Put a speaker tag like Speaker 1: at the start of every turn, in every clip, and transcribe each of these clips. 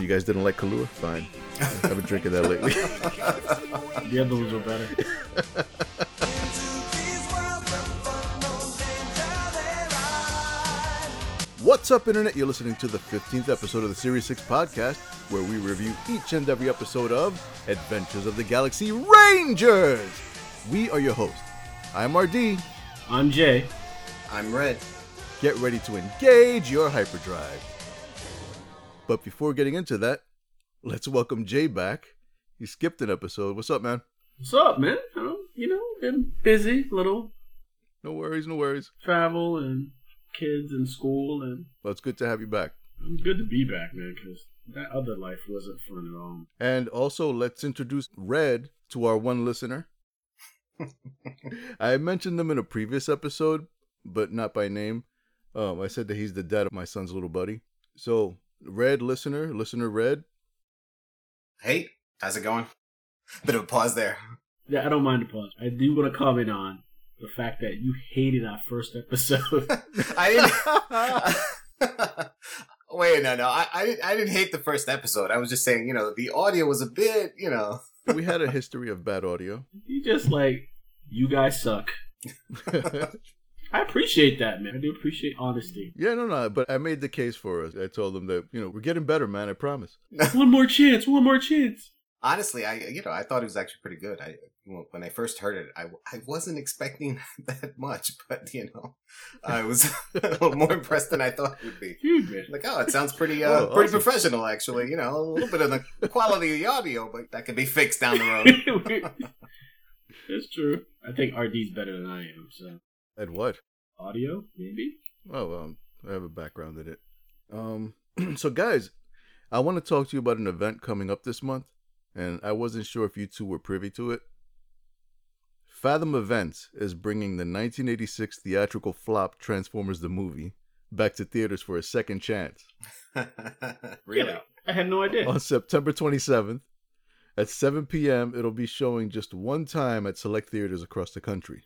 Speaker 1: You guys didn't like Kahlua? Fine. I've been drinking that lately.
Speaker 2: The other ones were better.
Speaker 1: What's up, Internet? You're listening to the 15th episode of the Series 6 podcast, where we review each and every episode of Adventures of the Galaxy Rangers. We are your hosts. I'm RD.
Speaker 2: I'm Jay.
Speaker 3: I'm Red.
Speaker 1: Get ready to engage your hyperdrive. But before getting into that, let's welcome Jay back. He skipped an episode. What's up, man?
Speaker 2: What's up, man? Um, you know, been busy, little
Speaker 1: No worries, no worries.
Speaker 2: travel and kids and school, and
Speaker 1: Well, it's good to have you back.
Speaker 2: it's good to be back, man. Because that other life wasn't fun at all.
Speaker 1: And also, let's introduce Red to our one listener. I mentioned him in a previous episode, but not by name. Um, I said that he's the dad of my son's little buddy. So, Red listener, listener Red,
Speaker 3: Hey, how's it going? Bit of a pause there.
Speaker 2: Yeah, I don't mind the pause. I do want to comment on the fact that you hated our first episode.
Speaker 3: I didn't. Wait, no, no. I, I, didn't, I didn't hate the first episode. I was just saying, you know, the audio was a bit, you know.
Speaker 1: we had a history of bad audio.
Speaker 2: you just like, you guys suck. I appreciate that, man. I do appreciate honesty.
Speaker 1: yeah, no, no, but I made the case for us. I told them that, you know, we're getting better, man, I promise.
Speaker 2: one more chance. One more chance.
Speaker 3: Honestly, I, you know, I thought it was actually pretty good. I when I first heard it, I, I wasn't expecting that much, but you know, I was a little more impressed than I thought it would be.
Speaker 2: Huge, man.
Speaker 3: Like, oh, it sounds pretty,
Speaker 1: Oh,
Speaker 3: uh, pretty
Speaker 1: awesome.
Speaker 3: professional, actually. You know, a little bit of the quality of the audio, but that could be fixed down the road.
Speaker 2: it's true. I think RD's better than I am, so
Speaker 1: At what?
Speaker 2: audio maybe.
Speaker 1: Oh, um, I have a background in it. Um, so guys, I want to talk to you about an event coming up this month, and I wasn't sure if you two were privy to it. Fathom Events is bringing the 1986 theatrical flop Transformers the movie back to theaters for a second chance
Speaker 3: really?
Speaker 2: Yeah, I had no idea.
Speaker 1: on September 27th at 7 p.m. It'll be showing just one time at select theaters across the country.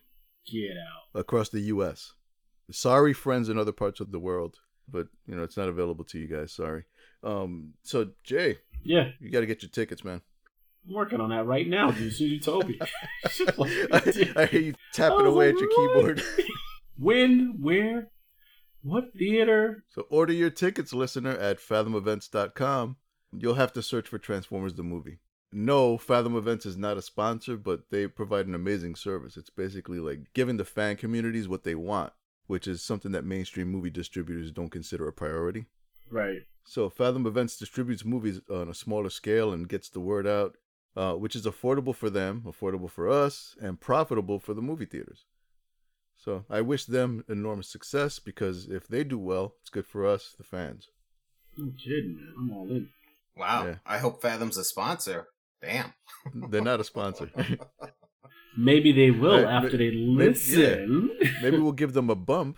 Speaker 2: Get out.
Speaker 1: across the U.S. Sorry, friends in other parts of the world, but you know it's not available to you guys. Sorry. Um, so Jay,
Speaker 2: Yeah,
Speaker 1: you got to get your tickets, man.
Speaker 2: I'm working on that right now, dude. As soon as you told me.
Speaker 1: I, I hear you tapping
Speaker 2: Oh,
Speaker 1: away at your
Speaker 2: what?
Speaker 1: keyboard.
Speaker 2: when, where, what theater?
Speaker 1: So order your tickets, listener, at fathomevents.com. You'll have to search for Transformers the movie. No, Fathom Events is not a sponsor, but they provide an amazing service. It's basically like giving the fan communities what they want, which is something that mainstream movie distributors don't consider a priority.
Speaker 2: Right.
Speaker 1: So Fathom Events distributes movies on a smaller scale and gets the word out, uh, which is affordable for them, affordable for us, and profitable for the movie theaters. So I wish them enormous success because if they do well, it's good for us, the fans.
Speaker 2: No kidding, man. I'm all in.
Speaker 3: Wow.
Speaker 1: Yeah.
Speaker 3: I hope Fathom's a sponsor. Damn.
Speaker 1: They're not a sponsor.
Speaker 2: Maybe they will
Speaker 1: Right,
Speaker 2: after they
Speaker 1: may- yeah.
Speaker 2: listen.
Speaker 1: Maybe we'll give them a bump.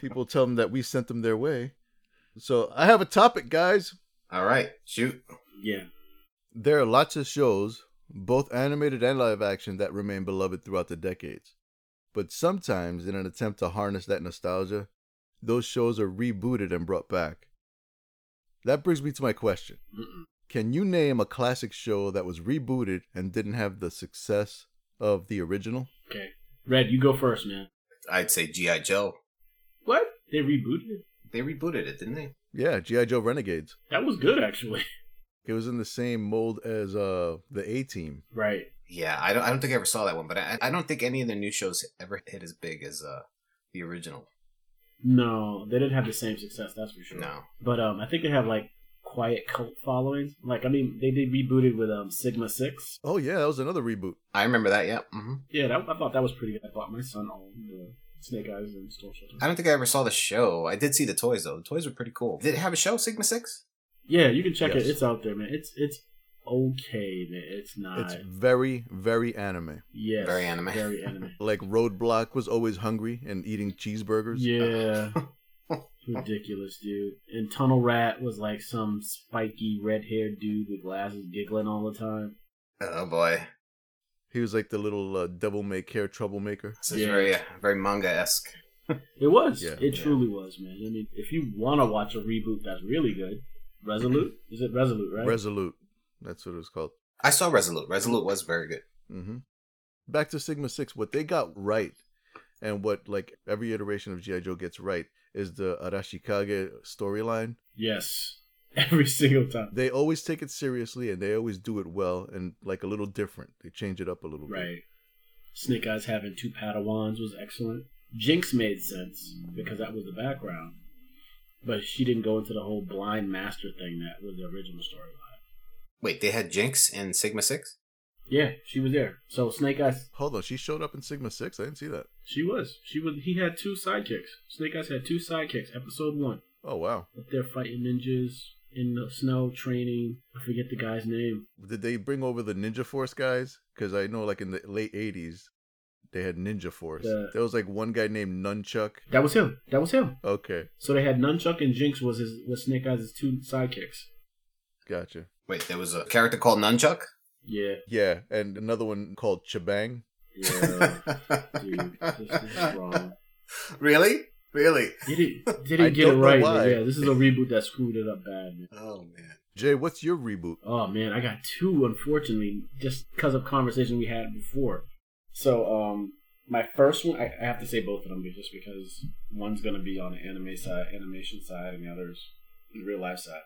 Speaker 1: People tell them that we sent them their way. So I have a topic, guys.
Speaker 3: All right. Shoot.
Speaker 2: yeah.
Speaker 1: There are lots of shows, both animated and live action, that remain beloved throughout the decades. But sometimes, in an attempt to harness that nostalgia, those shows are rebooted and brought back. That brings me to my question
Speaker 2: Mm-mm.
Speaker 1: Can you name a classic show that was rebooted and didn't have the success of the original?
Speaker 2: Okay. Red, you go first, man.
Speaker 3: I'd say G.I. Joe.
Speaker 2: What? They rebooted it.
Speaker 3: They rebooted it, didn't they?
Speaker 1: Yeah, G.I. Joe Renegades.
Speaker 2: That was good, actually.
Speaker 1: It was in the same mold as uh, the A Team.
Speaker 2: Right.
Speaker 3: Yeah, I don't. I don't think I ever saw that one, but I, I don't think any of the new shows ever hit as big as uh, the original.
Speaker 2: No, they didn't have the same success. That's for sure.
Speaker 3: No.
Speaker 2: But um, I think they have like quiet cult followings. Like I mean, they did rebooted with um Sigma Six.
Speaker 1: Oh, yeah, that was another reboot.
Speaker 3: I remember that. Yeah. hmm
Speaker 2: Yeah, that, I thought that was pretty good. I bought my son all the Snake Eyes and Storm
Speaker 3: I don't think I ever saw the show. I did see the toys though. The toys were pretty cool. Did it have a show? Sigma Six.
Speaker 2: Yeah, you can check
Speaker 1: Yes.
Speaker 2: it. It's out there, man. It's it's okay, man. It's not.
Speaker 1: It's very, very anime.
Speaker 2: yes,
Speaker 3: very anime.
Speaker 2: Very anime.
Speaker 1: Like Roadblock was always hungry and eating cheeseburgers.
Speaker 2: yeah. Ridiculous, dude. And Tunnel Rat was like some spiky red-haired dude with glasses, giggling all the time.
Speaker 3: Oh boy,
Speaker 1: He was like the little uh, devil may care troublemaker.
Speaker 3: this is
Speaker 2: Yeah.
Speaker 3: very uh, very manga esque.
Speaker 2: It was.
Speaker 1: Yeah.
Speaker 2: it
Speaker 3: Yeah.
Speaker 2: truly was, man. I mean, if you want to watch a reboot that's really good, Resolute? Is it Resolute, right?
Speaker 1: Resolute. That's what it was called.
Speaker 3: I saw Resolute. Resolute was very good.
Speaker 1: hmm Back to Sigma Six. What they got right, and what like every iteration of GI Joe gets right, is the Arashikage storyline.
Speaker 2: yes. Every single time.
Speaker 1: They always take it seriously, and they always do it well, and like a little different. They change it up a little bit.
Speaker 2: Right. Snake Eyes having two Padawans was excellent. Jinx made sense because that was the background. But she didn't go into the whole blind master thing that was the original storyline.
Speaker 3: Wait, they had Jinx in Sigma Six.
Speaker 2: Yeah, she was there. So Snake Eyes,
Speaker 1: Hold on, she showed up in Sigma Six. I didn't see that.
Speaker 2: she was. She was. He had two sidekicks. Snake Eyes had two sidekicks. Episode one,
Speaker 1: Oh wow!
Speaker 2: up there fighting ninjas in the snow training. I forget the guy's name.
Speaker 1: Did they bring over the Ninja Force guys? Because I know like in the late '80s, they had Ninja Force.
Speaker 2: The-
Speaker 1: There was like one guy named Nunchuck.
Speaker 2: That was him. That was him.
Speaker 1: Okay,
Speaker 2: So they had Nunchuck and Jinx was his was Snake Eyes' two sidekicks.
Speaker 1: gotcha.
Speaker 3: Wait, there was a character called Nunchuck.
Speaker 2: Yeah.
Speaker 1: Yeah, and another one called Chabang.
Speaker 2: Yeah. Oh. Dude, this is wrong.
Speaker 3: really? Really?
Speaker 2: They didn't, they
Speaker 1: I
Speaker 2: didn't get it
Speaker 1: don't know
Speaker 2: right.
Speaker 1: why.
Speaker 2: Yeah, this is a reboot that screwed it up bad. Man.
Speaker 3: Oh man.
Speaker 1: Jay, what's your reboot?
Speaker 2: Oh man, I got two unfortunately just because of conversation we had before. So um, my first one, I, I have to say both of them just because one's gonna be on the anime side, animation side, and the others the real life side.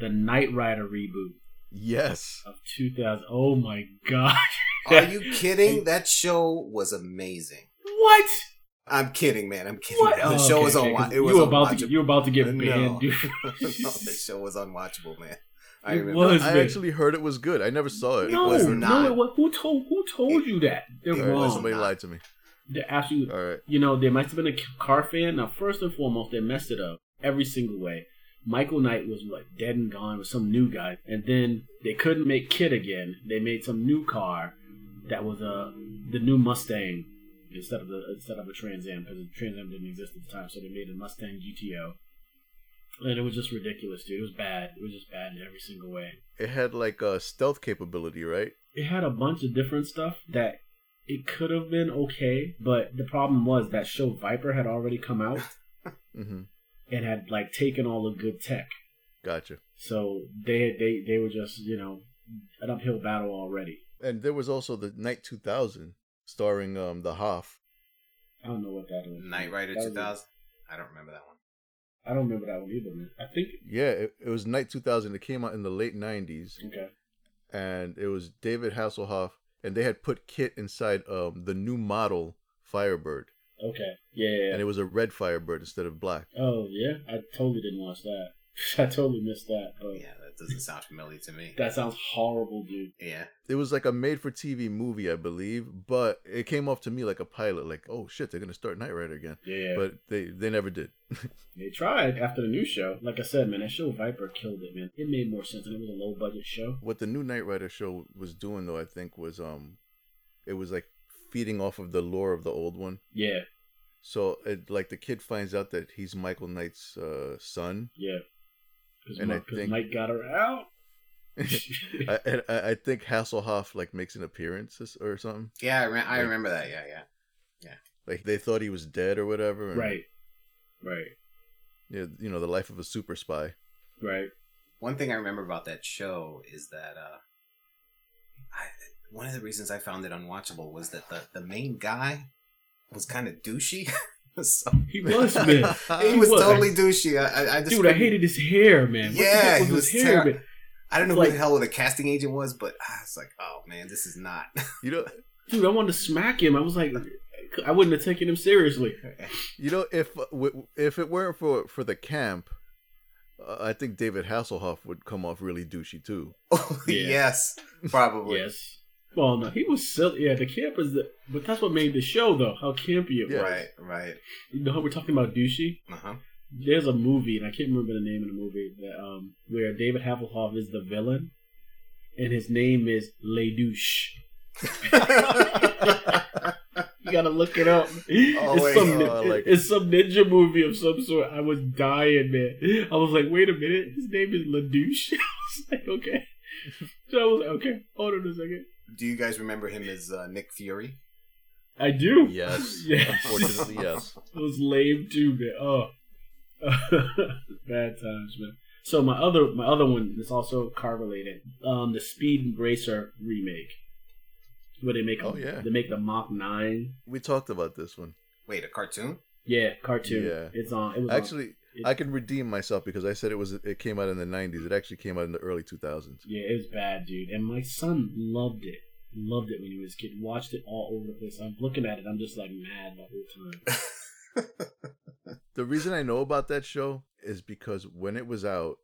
Speaker 2: The Knight Rider reboot
Speaker 1: Yes.
Speaker 2: of 2000. Oh my god,
Speaker 3: Are you kidding? That show was amazing.
Speaker 2: what?
Speaker 3: I'm kidding, man. I'm kidding.
Speaker 2: What?
Speaker 3: The
Speaker 2: Oh,
Speaker 3: show
Speaker 2: okay,
Speaker 3: was
Speaker 2: okay, 'cause
Speaker 3: unwatchable. It
Speaker 2: you
Speaker 3: was
Speaker 2: were about to
Speaker 3: unwatchable.
Speaker 2: you were about to get
Speaker 3: No.
Speaker 2: banned, dude.
Speaker 3: no, the show was unwatchable, man. I
Speaker 2: It
Speaker 3: remember.
Speaker 2: was.
Speaker 1: I
Speaker 2: Listen.
Speaker 1: actually heard it was good. I never saw it.
Speaker 2: no,
Speaker 3: was
Speaker 2: no,
Speaker 3: not.
Speaker 2: it was, who told who told you that? They're
Speaker 1: All
Speaker 3: It
Speaker 1: right,
Speaker 2: wrong.
Speaker 1: somebody lied to me.
Speaker 2: They're absolutely.
Speaker 1: All right.
Speaker 2: You know, there must have been a car fan. Now, first and foremost, they messed it up every single way. Michael Knight was like dead and gone with some new guy, and then they couldn't make Kid again. They made some new car that was uh, the new Mustang instead of the instead of a Trans Am because the Trans Am didn't exist at the time, so they made a Mustang GTO. And it was just ridiculous, dude. It was bad. It was just bad in every single way
Speaker 1: It had like a stealth capability, right?
Speaker 2: it had a bunch of different stuff that it could have been okay, but the problem was that show Viper had already come out
Speaker 1: Mm-hmm.
Speaker 2: and had like taken all the good tech.
Speaker 1: Gotcha.
Speaker 2: So they they they were just, you know, an uphill battle already.
Speaker 1: And there was also the Night 2000 starring um the Hoff.
Speaker 2: I don't know what that was.
Speaker 3: Knight Rider
Speaker 2: That was-
Speaker 3: 2000. I don't remember that one.
Speaker 2: I don't remember that one either, man. I think
Speaker 1: Yeah, it, it was Night 2000. It came out in the late 90s,
Speaker 2: okay.
Speaker 1: and it was David Hasselhoff, and they had put Kit inside um the new model Firebird,
Speaker 2: Okay. Yeah. yeah,
Speaker 1: and
Speaker 2: yeah.
Speaker 1: it was a red Firebird instead of black.
Speaker 2: Oh, yeah. I totally didn't watch that. I totally missed that. But
Speaker 3: Yeah, that doesn't sound familiar to me.
Speaker 2: that sounds horrible, dude.
Speaker 3: Yeah.
Speaker 1: It was like a made-for-TV movie, I believe, but it came off to me like a pilot. Like, oh shit, they're gonna start Knight Rider again.
Speaker 2: Yeah.
Speaker 1: but they they never did.
Speaker 2: They tried after the new show. Like I said, man, that show Viper killed it, man. It made more sense, and it was a low budget show.
Speaker 1: What the new Knight Rider show was doing though, I think, was um, it was like feeding off of the lore of the old one.
Speaker 2: Yeah,
Speaker 1: So it like the kid finds out that he's Michael Knight's uh, son.
Speaker 2: yeah. Because
Speaker 1: And I
Speaker 2: Mike, 'cause
Speaker 1: think-
Speaker 2: Mike got her out.
Speaker 1: I, and I I think Hasselhoff like makes an appearance or- or something.
Speaker 3: Yeah, I, re- I
Speaker 1: Like-
Speaker 3: remember that. Yeah, yeah.
Speaker 1: Like they thought he was dead or whatever. and,
Speaker 2: right, right,
Speaker 1: You know, you know the life of a super spy.
Speaker 2: right.
Speaker 3: One thing I remember about that show is that uh, I, one of the reasons I found it unwatchable was that the, the main guy was kind of douchey. so,
Speaker 2: He was man.
Speaker 3: Uh, he
Speaker 2: He
Speaker 3: was,
Speaker 2: was.
Speaker 3: totally douchey. I, I, I just
Speaker 2: Dude, I
Speaker 3: couldn't-
Speaker 2: hated his hair, man. What the
Speaker 3: Yeah,
Speaker 2: heck
Speaker 3: he
Speaker 2: was his
Speaker 3: was
Speaker 2: hair,
Speaker 3: terri-
Speaker 2: man?
Speaker 3: I don't know
Speaker 2: like-
Speaker 3: who the hell the casting agent was, but ah, it's like, oh man, this is not.
Speaker 1: you know,
Speaker 2: Dude, I wanted to smack him. I was like, I wouldn't have taken him seriously.
Speaker 1: you know if w- if it weren't for for the camp, uh, I think David Hasselhoff would come off really douchey too.
Speaker 3: Oh,
Speaker 2: Yeah.
Speaker 3: Yes, probably.
Speaker 2: Yes. Well, no, he was silly. Yeah, the camp was the, but that's what made the show though. How campy it
Speaker 1: Yeah.
Speaker 2: was.
Speaker 3: Right, right.
Speaker 2: You know how we're talking about douchey.
Speaker 3: Uh huh.
Speaker 2: there's a movie, and I can't remember the name of the movie, that, um, where David Hasselhoff is the villain, and his name is Ledouche. You gotta look it up. it's,
Speaker 3: wait,
Speaker 2: some,
Speaker 1: oh, I like-
Speaker 2: it's some ninja movie of some sort. I was dying, man. I was like, wait a minute, his name is Ledouche. I was like, okay. So I was like, okay, hold on a second.
Speaker 3: Do you guys remember him as uh, Nick Fury?
Speaker 2: I do.
Speaker 1: Yes,
Speaker 2: Yes.
Speaker 1: unfortunately, yes.
Speaker 2: It was lame too, man. Oh, bad times, man. So my other my other one is also car related. Um, the Speed Racer remake, where they make a,
Speaker 1: Oh, yeah.
Speaker 2: they make the Mach Nine.
Speaker 1: We talked about this one.
Speaker 3: Wait, a cartoon?
Speaker 2: Yeah, cartoon.
Speaker 1: Yeah.
Speaker 2: It's on. It was on-
Speaker 1: Actually, I can redeem myself because I said it was it came out in the 90s. It actually came out in the early 2000s.
Speaker 2: Yeah, it was bad, dude. And my son loved it. Loved it when he was a kid. Watched it all over the place. I'm looking at it. I'm just like mad the whole time.
Speaker 1: The reason I know about that show is because when it was out,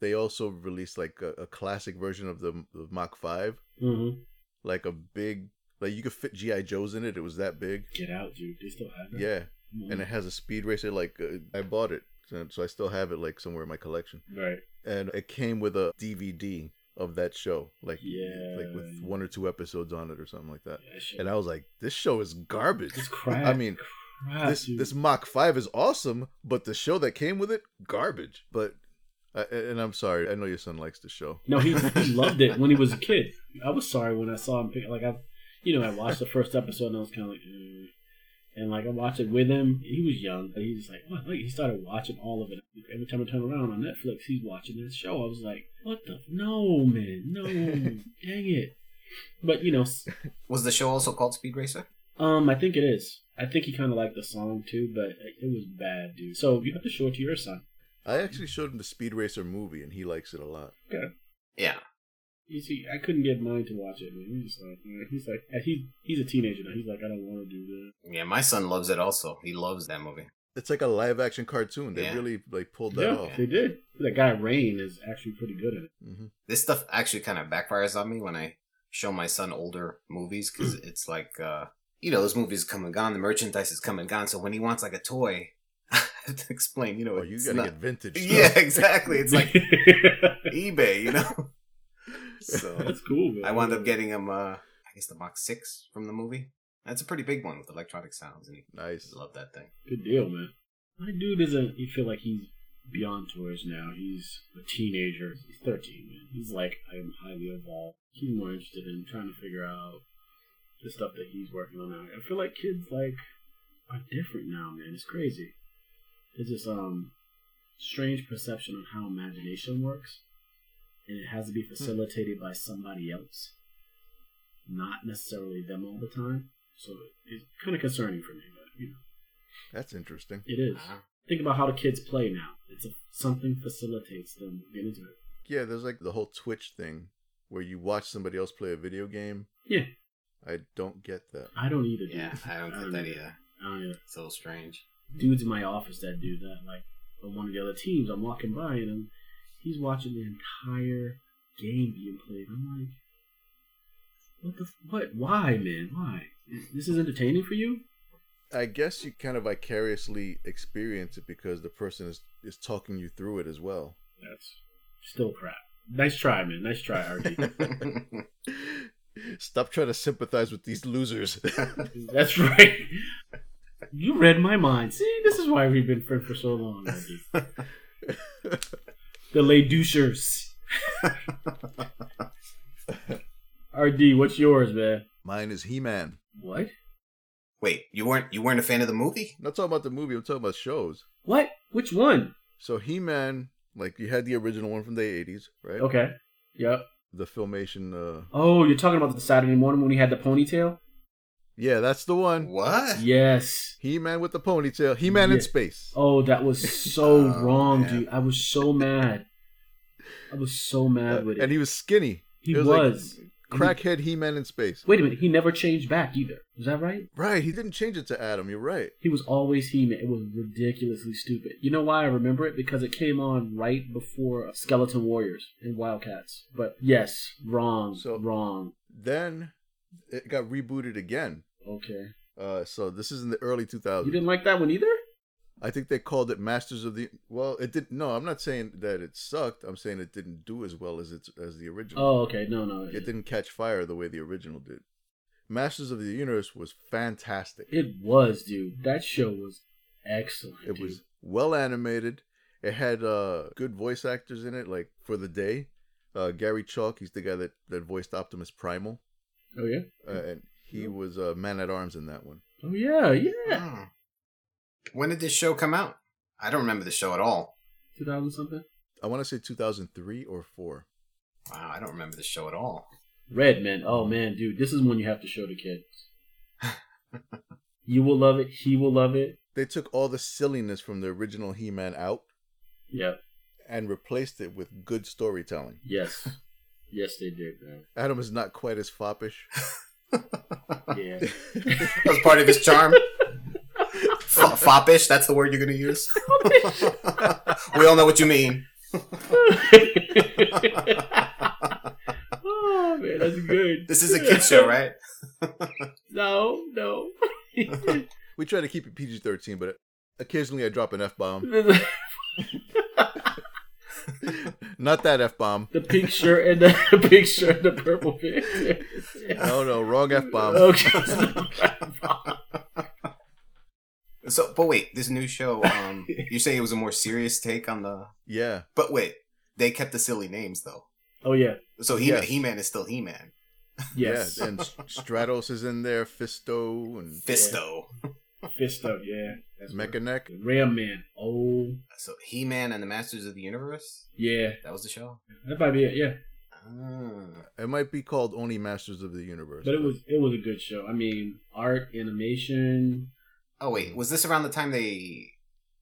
Speaker 1: they also released like a, a classic version of the of Mach 5,
Speaker 2: Mm-hmm.
Speaker 1: like a big like you could fit GI Joes in it. It was that big.
Speaker 2: Get out, dude. They still have it.
Speaker 1: Yeah,
Speaker 2: Mhm.
Speaker 1: and it has a speed racer. Like uh, I bought it, so, so I still have it like somewhere in my collection.
Speaker 2: right.
Speaker 1: And it came with a DVD of that show, like
Speaker 2: Yeah.
Speaker 1: like with one or two episodes on it or something like that.
Speaker 2: Yeah, shit.
Speaker 1: And uh, I was like, this show is garbage.
Speaker 2: It's crap.
Speaker 1: I mean,
Speaker 2: crap,
Speaker 1: this
Speaker 2: dude.
Speaker 1: this Mach Five is awesome, but the show that came with it, garbage. But I, and I'm sorry, I know your son likes the show.
Speaker 2: No, he, he loved it when he was a kid. I was sorry when I saw him. Pick, like I, you know, I watched the first episode and I was kind of like, mm. and like I watched it with him. He was young, but he was like, what? Like, he started watching all of it. Every time I turn around on Netflix, he's watching this show. I was like, what the? No, man, no, dang it. But you know, s-
Speaker 3: Was the show also called Speed Racer?
Speaker 2: um, I think it is. I think he kind of liked the song too, but it it was bad, dude. So you have to show it to your son.
Speaker 1: I actually showed him the Speed Racer movie, and he likes it a lot.
Speaker 3: Yeah.
Speaker 2: You see, I couldn't get mine to watch it. Man. He's just like, eh, he's like, and he he's a teenager now. He's like, I don't want to do that.
Speaker 3: Yeah, my son loves it also. He loves that movie.
Speaker 1: It's like a live action cartoon. They
Speaker 3: Yeah.
Speaker 1: really like pulled that
Speaker 2: yeah,
Speaker 1: off.
Speaker 2: they did. That guy Rain is actually pretty good at it.
Speaker 1: hmm
Speaker 3: This stuff actually kind of backfires on me when I show my son older movies because it's like, uh, you know, those movies come and gone, the merchandise is come and gone. So when he wants like a toy, I have to explain, you know,
Speaker 1: Oh, you
Speaker 3: it's
Speaker 1: gotta
Speaker 3: not-
Speaker 1: get vintage. Stuff.
Speaker 3: Yeah, exactly. It's like eBay, you know? So
Speaker 2: that's cool. Man.
Speaker 3: I wound up getting him, uh, I guess the Mach 6 from the movie. That's a pretty big one with electronic sounds, and he
Speaker 1: nice.
Speaker 3: loved that thing.
Speaker 2: good deal, man. My dude isn't. You feel like he's beyond toys now. He's a teenager. He's thirteen, man. He's like, I am highly evolved. He's more interested in trying to figure out the stuff that he's working on now. I feel like kids like are different now, man. It's crazy. There's this um strange perception on how imagination works, and it has to be facilitated by somebody else, not necessarily them all the time. So it's kind of concerning for me, but you know.
Speaker 1: That's interesting.
Speaker 2: It is.
Speaker 3: Uh-huh.
Speaker 2: Think about how the kids play now. It's a, something facilitates them getting into it.
Speaker 1: Yeah, there's like the whole Twitch thing where you watch somebody else play a video game.
Speaker 2: Yeah,
Speaker 1: I don't get that.
Speaker 2: I don't either. dude.
Speaker 3: Yeah, I don't get that
Speaker 2: either.
Speaker 3: either.
Speaker 2: I don't either.
Speaker 3: It's a little strange.
Speaker 2: Dudes in my office that do that, like on one of the other teams, I'm walking by and I'm, he's watching the entire game being played. I'm like, what the, f- what, why, man, why? This is entertaining for you?
Speaker 1: I guess you kind of vicariously experience it because the person is is talking you through it as well.
Speaker 2: That's still crap. Nice try, man. Nice try, RG.
Speaker 1: Stop trying to sympathize with these losers.
Speaker 2: That's right. You read my mind. See, this is why we've been friends for so long. Reggie. the Leducers. RD, what's yours, man?
Speaker 1: Mine is He Man.
Speaker 2: What?
Speaker 3: Wait, you weren't you weren't a fan of the movie?
Speaker 1: Not talking about the movie. I'm talking about shows.
Speaker 2: What? Which one?
Speaker 1: So He Man, like you had the original one from the '80s, right?
Speaker 2: Okay. Yep.
Speaker 1: The filmation. Uh,
Speaker 2: Oh, you're talking about the Saturday morning when he had the ponytail?
Speaker 1: yeah, that's the one.
Speaker 3: What?
Speaker 2: Yes.
Speaker 1: He Man with the ponytail. He Man in
Speaker 2: Yeah.
Speaker 1: space.
Speaker 2: Oh, that was so
Speaker 3: Oh,
Speaker 2: wrong,
Speaker 3: man.
Speaker 2: dude. I was so mad. I was so mad with it.
Speaker 1: Uh, and he was skinny.
Speaker 2: He
Speaker 1: It
Speaker 2: was.
Speaker 1: like crackhead He Man in space.
Speaker 2: Wait a minute. He never changed back either. Is that right?
Speaker 1: Right. He didn't change it to Adam. You're right.
Speaker 2: He was always He Man. It was ridiculously stupid. You know why I remember it? Because it came on right before Skeleton Warriors and Wildcats. But yes, wrong,
Speaker 1: So-
Speaker 2: wrong.
Speaker 1: Then it got rebooted again.
Speaker 2: Okay.
Speaker 1: Uh, so this is in the early 2000s.
Speaker 2: You didn't like that one either?
Speaker 1: I think they called it Masters of the. Well, it didn't. No, I'm not saying that it sucked. I'm saying it didn't do as well as it's as the original.
Speaker 2: Oh, okay. No, no.
Speaker 1: It didn't catch fire the way the original did. Masters of the Universe was fantastic. It,
Speaker 2: It was, dude. That show was excellent. dude.
Speaker 1: was well animated. It had uh, good voice actors in it, like for the day. Uh, Gary Chalk, he's the guy that, that voiced Optimus Primal,
Speaker 2: Oh yeah.
Speaker 1: uh, and he was uh, Man at Arms in that one.
Speaker 2: Oh yeah. Yeah.
Speaker 3: Hmm. When did this show come out? I don't remember the show at all.
Speaker 2: Two thousand something.
Speaker 1: I want to say 2003 or four.
Speaker 3: Wow, I don't remember the show at all.
Speaker 2: Red man. Oh man, dude, this is one you have to show the kids. you will love it. He will love it.
Speaker 1: They took all the silliness from the original He-Man out
Speaker 2: Yep.
Speaker 1: and replaced it with good storytelling.
Speaker 2: Yes. yes, they did, man.
Speaker 1: Adam is not quite as foppish.
Speaker 2: Yeah.
Speaker 3: That was part of his charm. F- foppish, that's the word you're going to use. we all know what you mean.
Speaker 2: oh man, that's good.
Speaker 3: This is a kid show, right?
Speaker 2: No, no.
Speaker 1: We try to keep it PG-13, but occasionally I drop an F-bomb.
Speaker 2: the
Speaker 1: Not that F-bomb.
Speaker 2: pink shirt and the, the pink shirt and the purple pants.
Speaker 1: No, no, wrong F-bomb.
Speaker 2: Okay. it's not-
Speaker 3: So, but wait, this new show, um, you say it was a more serious take on the.
Speaker 1: Yeah.
Speaker 3: But wait, they kept the silly names, though.
Speaker 2: oh yeah.
Speaker 3: So He Man
Speaker 1: Yes.
Speaker 3: He-Man is still He Man.
Speaker 2: Yes.
Speaker 1: Yeah, and S- Stratos is in there, Fisto and
Speaker 3: Fisto.
Speaker 2: Fisto. Yeah. That's right.
Speaker 1: Mecha Neck.
Speaker 2: Ram Man. Oh
Speaker 3: So He Man and the Masters of the Universe?
Speaker 2: yeah.
Speaker 3: That was the show?
Speaker 2: That might be it. Yeah.
Speaker 3: Ah.
Speaker 1: It might be called only Masters of the Universe.
Speaker 2: But it was it was a good show. I mean, art, animation.
Speaker 3: Oh, wait, was this around the time they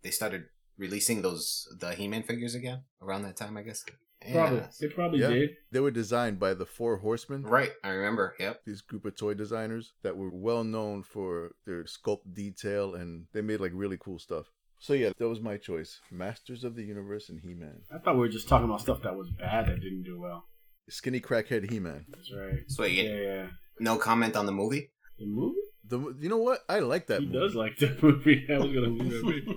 Speaker 3: they started releasing those the He Man figures again? Around that time, I guess? Yeah.
Speaker 2: Probably they probably
Speaker 1: Yeah.
Speaker 2: did.
Speaker 1: They were designed by the Four Horsemen,
Speaker 3: Right, I remember. Yep.
Speaker 1: these group of toy designers that were well known for their sculpt detail and they made like really cool stuff. So yeah, that was my choice. Masters of the Universe and He-Man.
Speaker 2: I thought we were just talking about stuff that was bad that didn't do well.
Speaker 1: Skinny crackhead He-Man.
Speaker 2: That's right.
Speaker 3: So wait,
Speaker 2: Yeah. yeah.
Speaker 3: no comment on the movie?
Speaker 2: The movie?
Speaker 1: The you know what? I like that
Speaker 2: he
Speaker 1: movie.
Speaker 2: does like the movie. I was gonna leave that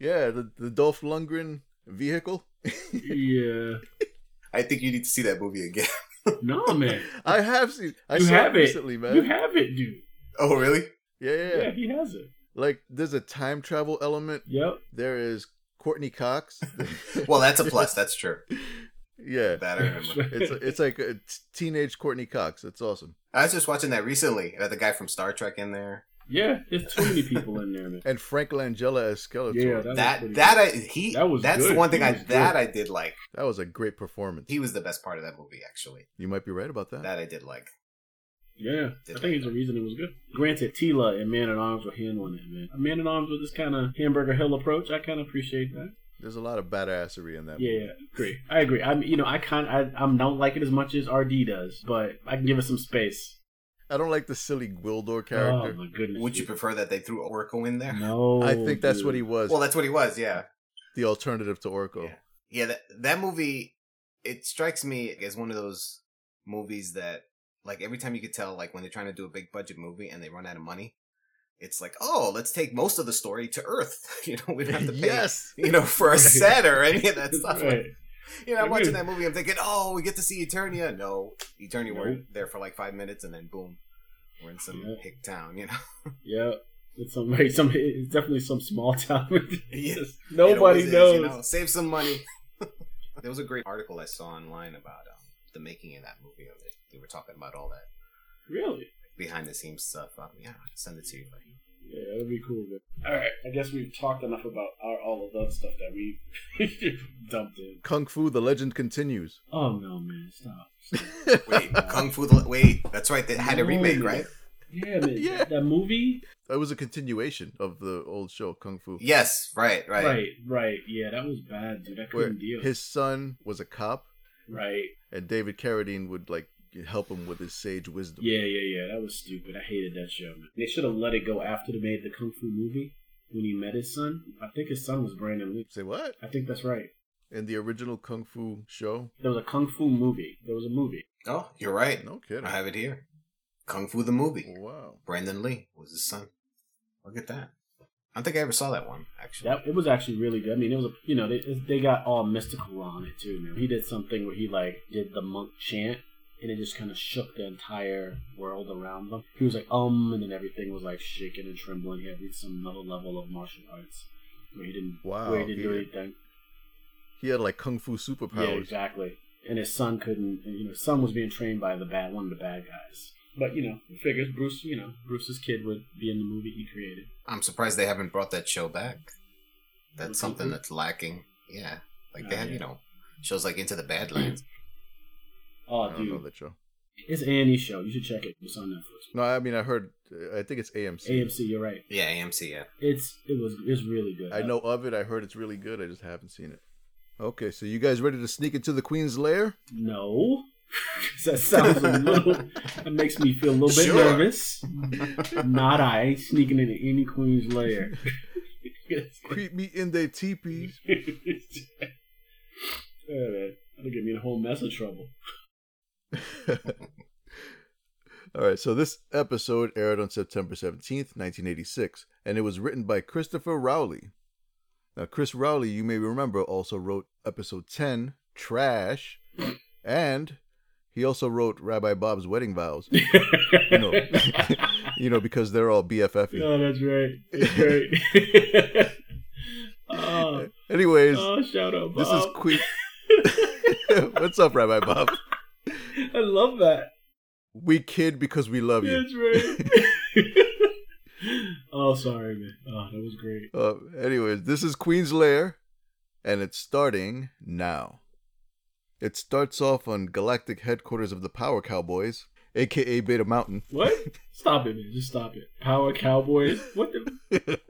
Speaker 1: yeah, the, the Dolph Lundgren vehicle.
Speaker 2: bit. Yeah.
Speaker 3: I think you need to see that movie again.
Speaker 2: No man.
Speaker 1: I have seen I
Speaker 2: you
Speaker 1: saw
Speaker 2: have
Speaker 1: it
Speaker 2: it.
Speaker 1: recently, man.
Speaker 2: You have it, dude.
Speaker 3: Oh, really?
Speaker 1: yeah, yeah,
Speaker 2: Yeah.
Speaker 1: yeah.
Speaker 2: he has it.
Speaker 1: Like there's a time travel element.
Speaker 2: Yep.
Speaker 1: There is Courtney Cox.
Speaker 3: Well, that's a plus. That's true.
Speaker 1: yeah.
Speaker 3: That I remember.
Speaker 1: It's it's like a t- teenage Courtney Cox. That's awesome.
Speaker 3: I was just watching that recently. It had the guy from Star Trek in there.
Speaker 2: yeah, there's too many people in there, man.
Speaker 1: And Frank Langella as Skeletor.
Speaker 2: Yeah,
Speaker 1: that,
Speaker 2: that- was
Speaker 3: That
Speaker 2: pretty
Speaker 3: that I he
Speaker 2: That was
Speaker 3: that's the
Speaker 2: good.
Speaker 3: one thing
Speaker 2: He
Speaker 3: I
Speaker 2: was
Speaker 3: that
Speaker 2: good.
Speaker 3: I did like.
Speaker 1: was a great performance.
Speaker 3: He was the best part of that movie, actually.
Speaker 1: you might be right about that.
Speaker 3: That I did like.
Speaker 2: Yeah, I think it's the reason it was good. Granted, Tila and Man at Arms were handling it, man. Man at Arms with this kind of hamburger hill approach, I kind of appreciate that.
Speaker 1: There's a lot of badassery in that.
Speaker 2: Yeah, yeah, agree. I agree. I'm, you know, I kind, I, I don't like it as much as RD does, but I can give it some space.
Speaker 1: I don't like the silly Gwildor
Speaker 2: Oh
Speaker 1: character.
Speaker 2: my goodness!
Speaker 3: Would you
Speaker 2: dude.
Speaker 3: prefer that they threw Oracle in there?
Speaker 2: No,
Speaker 1: I think that's
Speaker 2: Oh, dude.
Speaker 1: what he was.
Speaker 3: Well, that's what he was. Yeah,
Speaker 1: the alternative to Orko.
Speaker 3: Yeah. yeah. That that movie, it strikes me as one of those movies that, like, every time you could tell, like, when they're trying to do a big budget movie and they run out of money, it's like, oh, let's take most of the story to Earth. you know, we don't have to pay.
Speaker 1: yes.
Speaker 3: You know, for a set or any of that stuff.
Speaker 2: Right.
Speaker 3: You know, I'm
Speaker 2: Agreed.
Speaker 3: watching that movie. I'm thinking, oh, we get to see Eternia. No, Eternia were
Speaker 2: Nope.
Speaker 3: there for like five minutes, and then boom, we're in some
Speaker 2: Yeah.
Speaker 3: hick town. You know,
Speaker 2: Yeah, it's some, right, some, it's definitely some small town.
Speaker 3: Yeah.
Speaker 2: Just
Speaker 3: It always
Speaker 2: Nobody
Speaker 3: is,
Speaker 2: knows.
Speaker 3: you know, save some money. there was a great article I saw online about um, the making of that movie. Of it. They were talking about all that
Speaker 2: Really?
Speaker 3: behind the scenes stuff. Um, yeah, I'll send it to you. buddy.
Speaker 2: Yeah, that'd be cool. Man. All right, I guess we've talked enough about our, all of that stuff that we dumped in.
Speaker 1: Kung Fu the legend continues.
Speaker 2: Oh no, man! Stop. stop.
Speaker 3: Wait, Kung Fu. The, wait, that's right. They had a
Speaker 2: No,
Speaker 3: remake,
Speaker 2: man.
Speaker 3: right?
Speaker 2: Yeah, man.
Speaker 1: Yeah.
Speaker 2: That, that movie.
Speaker 1: That was a continuation of the old show Kung Fu.
Speaker 3: Yes, right, right.
Speaker 2: Right. right, Yeah, that was bad, dude. I
Speaker 1: Where
Speaker 2: couldn't deal.
Speaker 1: his son was a cop
Speaker 2: right.
Speaker 1: and David Carradine would like help him with his sage wisdom.
Speaker 2: Yeah, yeah, yeah. That was stupid. I hated that show. Man. They should have let it go after they made the kung fu movie when he met his son. I think his son was Brandon Lee.
Speaker 1: Say what?
Speaker 2: I think that's right.
Speaker 1: In the original Kung Fu show?
Speaker 2: There was a kung fu movie. There was a movie.
Speaker 3: Oh, you're right.
Speaker 1: No kidding. Oh,
Speaker 3: I have it here. Kung Fu the movie.
Speaker 1: Wow.
Speaker 3: Brandon Lee was his son. Look at that. I don't think I ever saw that one. Actually,
Speaker 2: That it was actually really good. I mean, it was a you know they they got all mystical on it too. Man. He did something where he like did the monk chant. And it just kind of shook the entire world around them. He was like, um, and then everything was like shaking and trembling. He had some another level of martial arts where he didn't,
Speaker 1: Wow,
Speaker 2: where he didn't do
Speaker 1: he-
Speaker 2: anything.
Speaker 1: He had like Kung Fu superpowers.
Speaker 2: Yeah, exactly. And his son couldn't. You know, his son was being trained by the bad one of the bad guys. But you know, it figures Bruce. You know, Bruce's kid would be in the movie he created.
Speaker 3: I'm surprised they haven't brought that show back.
Speaker 2: Would you
Speaker 3: That's something
Speaker 2: think?
Speaker 3: that's lacking. Yeah. Like
Speaker 2: Ah,
Speaker 3: they
Speaker 1: Oh,
Speaker 3: have, you
Speaker 2: yeah.
Speaker 3: know, Shows like Into the Badlands.
Speaker 1: I
Speaker 2: Oh,
Speaker 1: don't know
Speaker 2: dude,
Speaker 1: that show.
Speaker 2: it's Annie's show. You should check it. It's on Netflix.
Speaker 1: No, I mean I heard. I think it's AMC.
Speaker 2: AMC, you're right.
Speaker 3: yeah, AMC. Yeah.
Speaker 2: It's it was it's really good.
Speaker 1: I know of it. I heard it's really good. I just haven't seen it. Okay, so you guys ready to sneak into the Queen's lair?
Speaker 2: No, that sounds a little. that makes me feel a little bit
Speaker 3: Sure.
Speaker 2: nervous. Not I ain't sneaking into any queen's lair. Oh,
Speaker 1: Creep me in their teepees.
Speaker 2: Yeah, man. That'll get me in a whole mess of trouble.
Speaker 1: All right, so this episode aired on September 17th, 1986, and it was written by Christopher Rowley. Now, Chris Rowley, you may remember, also wrote episode 10, Trash, and he also wrote Rabbi Bob's Wedding Vows. You know, you know because they're all BFF.
Speaker 2: No, Oh, that's right. That's right. oh,
Speaker 1: Anyways,
Speaker 2: oh, shout out, Bob.
Speaker 1: this is Queen. What's up, Rabbi Bob?
Speaker 2: I love that.
Speaker 1: We kid because we love you.
Speaker 2: That's right. oh, sorry, man. Oh, that was great.
Speaker 1: Uh, anyways, this is Queen's Lair, and it's starting now. It starts off on Galactic Headquarters of the Power Cowboys, aka Beta Mountain.
Speaker 2: What? Stop it, man. Just stop it. Power Cowboys. What the?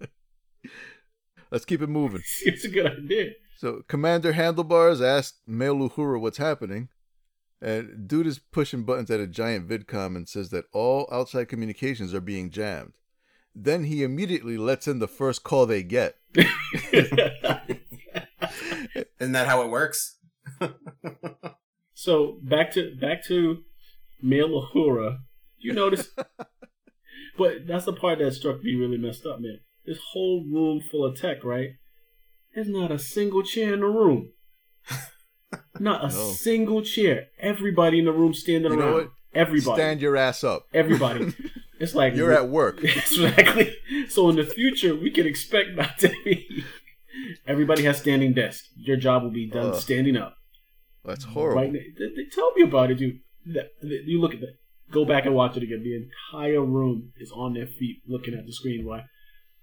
Speaker 1: Let's keep it moving.
Speaker 2: It's a good idea.
Speaker 1: So, Commander Handlebars asks Male Uhura what's happening, and dude is pushing buttons at a giant vidcom and says that all outside communications are being jammed. Then he immediately lets in the first call they get.
Speaker 3: Isn't that how it works?
Speaker 2: so back to back to Male Ahura. You notice, but that's the part that struck me really messed up, man. This whole room full of tech, right? There's not a single chair in the room. Not a
Speaker 1: No.
Speaker 2: single chair. Everybody in the room standing
Speaker 1: You know
Speaker 2: around.
Speaker 1: what?
Speaker 2: Everybody.
Speaker 1: Stand your ass up.
Speaker 2: Everybody. It's like
Speaker 1: You're at work.
Speaker 2: exactly. So in the future, we can expect not to be. Everybody has standing desks. Your job will be done
Speaker 1: Ugh.
Speaker 2: standing up.
Speaker 1: That's horrible.
Speaker 2: Right? They, they tell me about it, dude. That- that- You look at that. Go back and watch it again. The entire room is on their feet, looking at the screen. While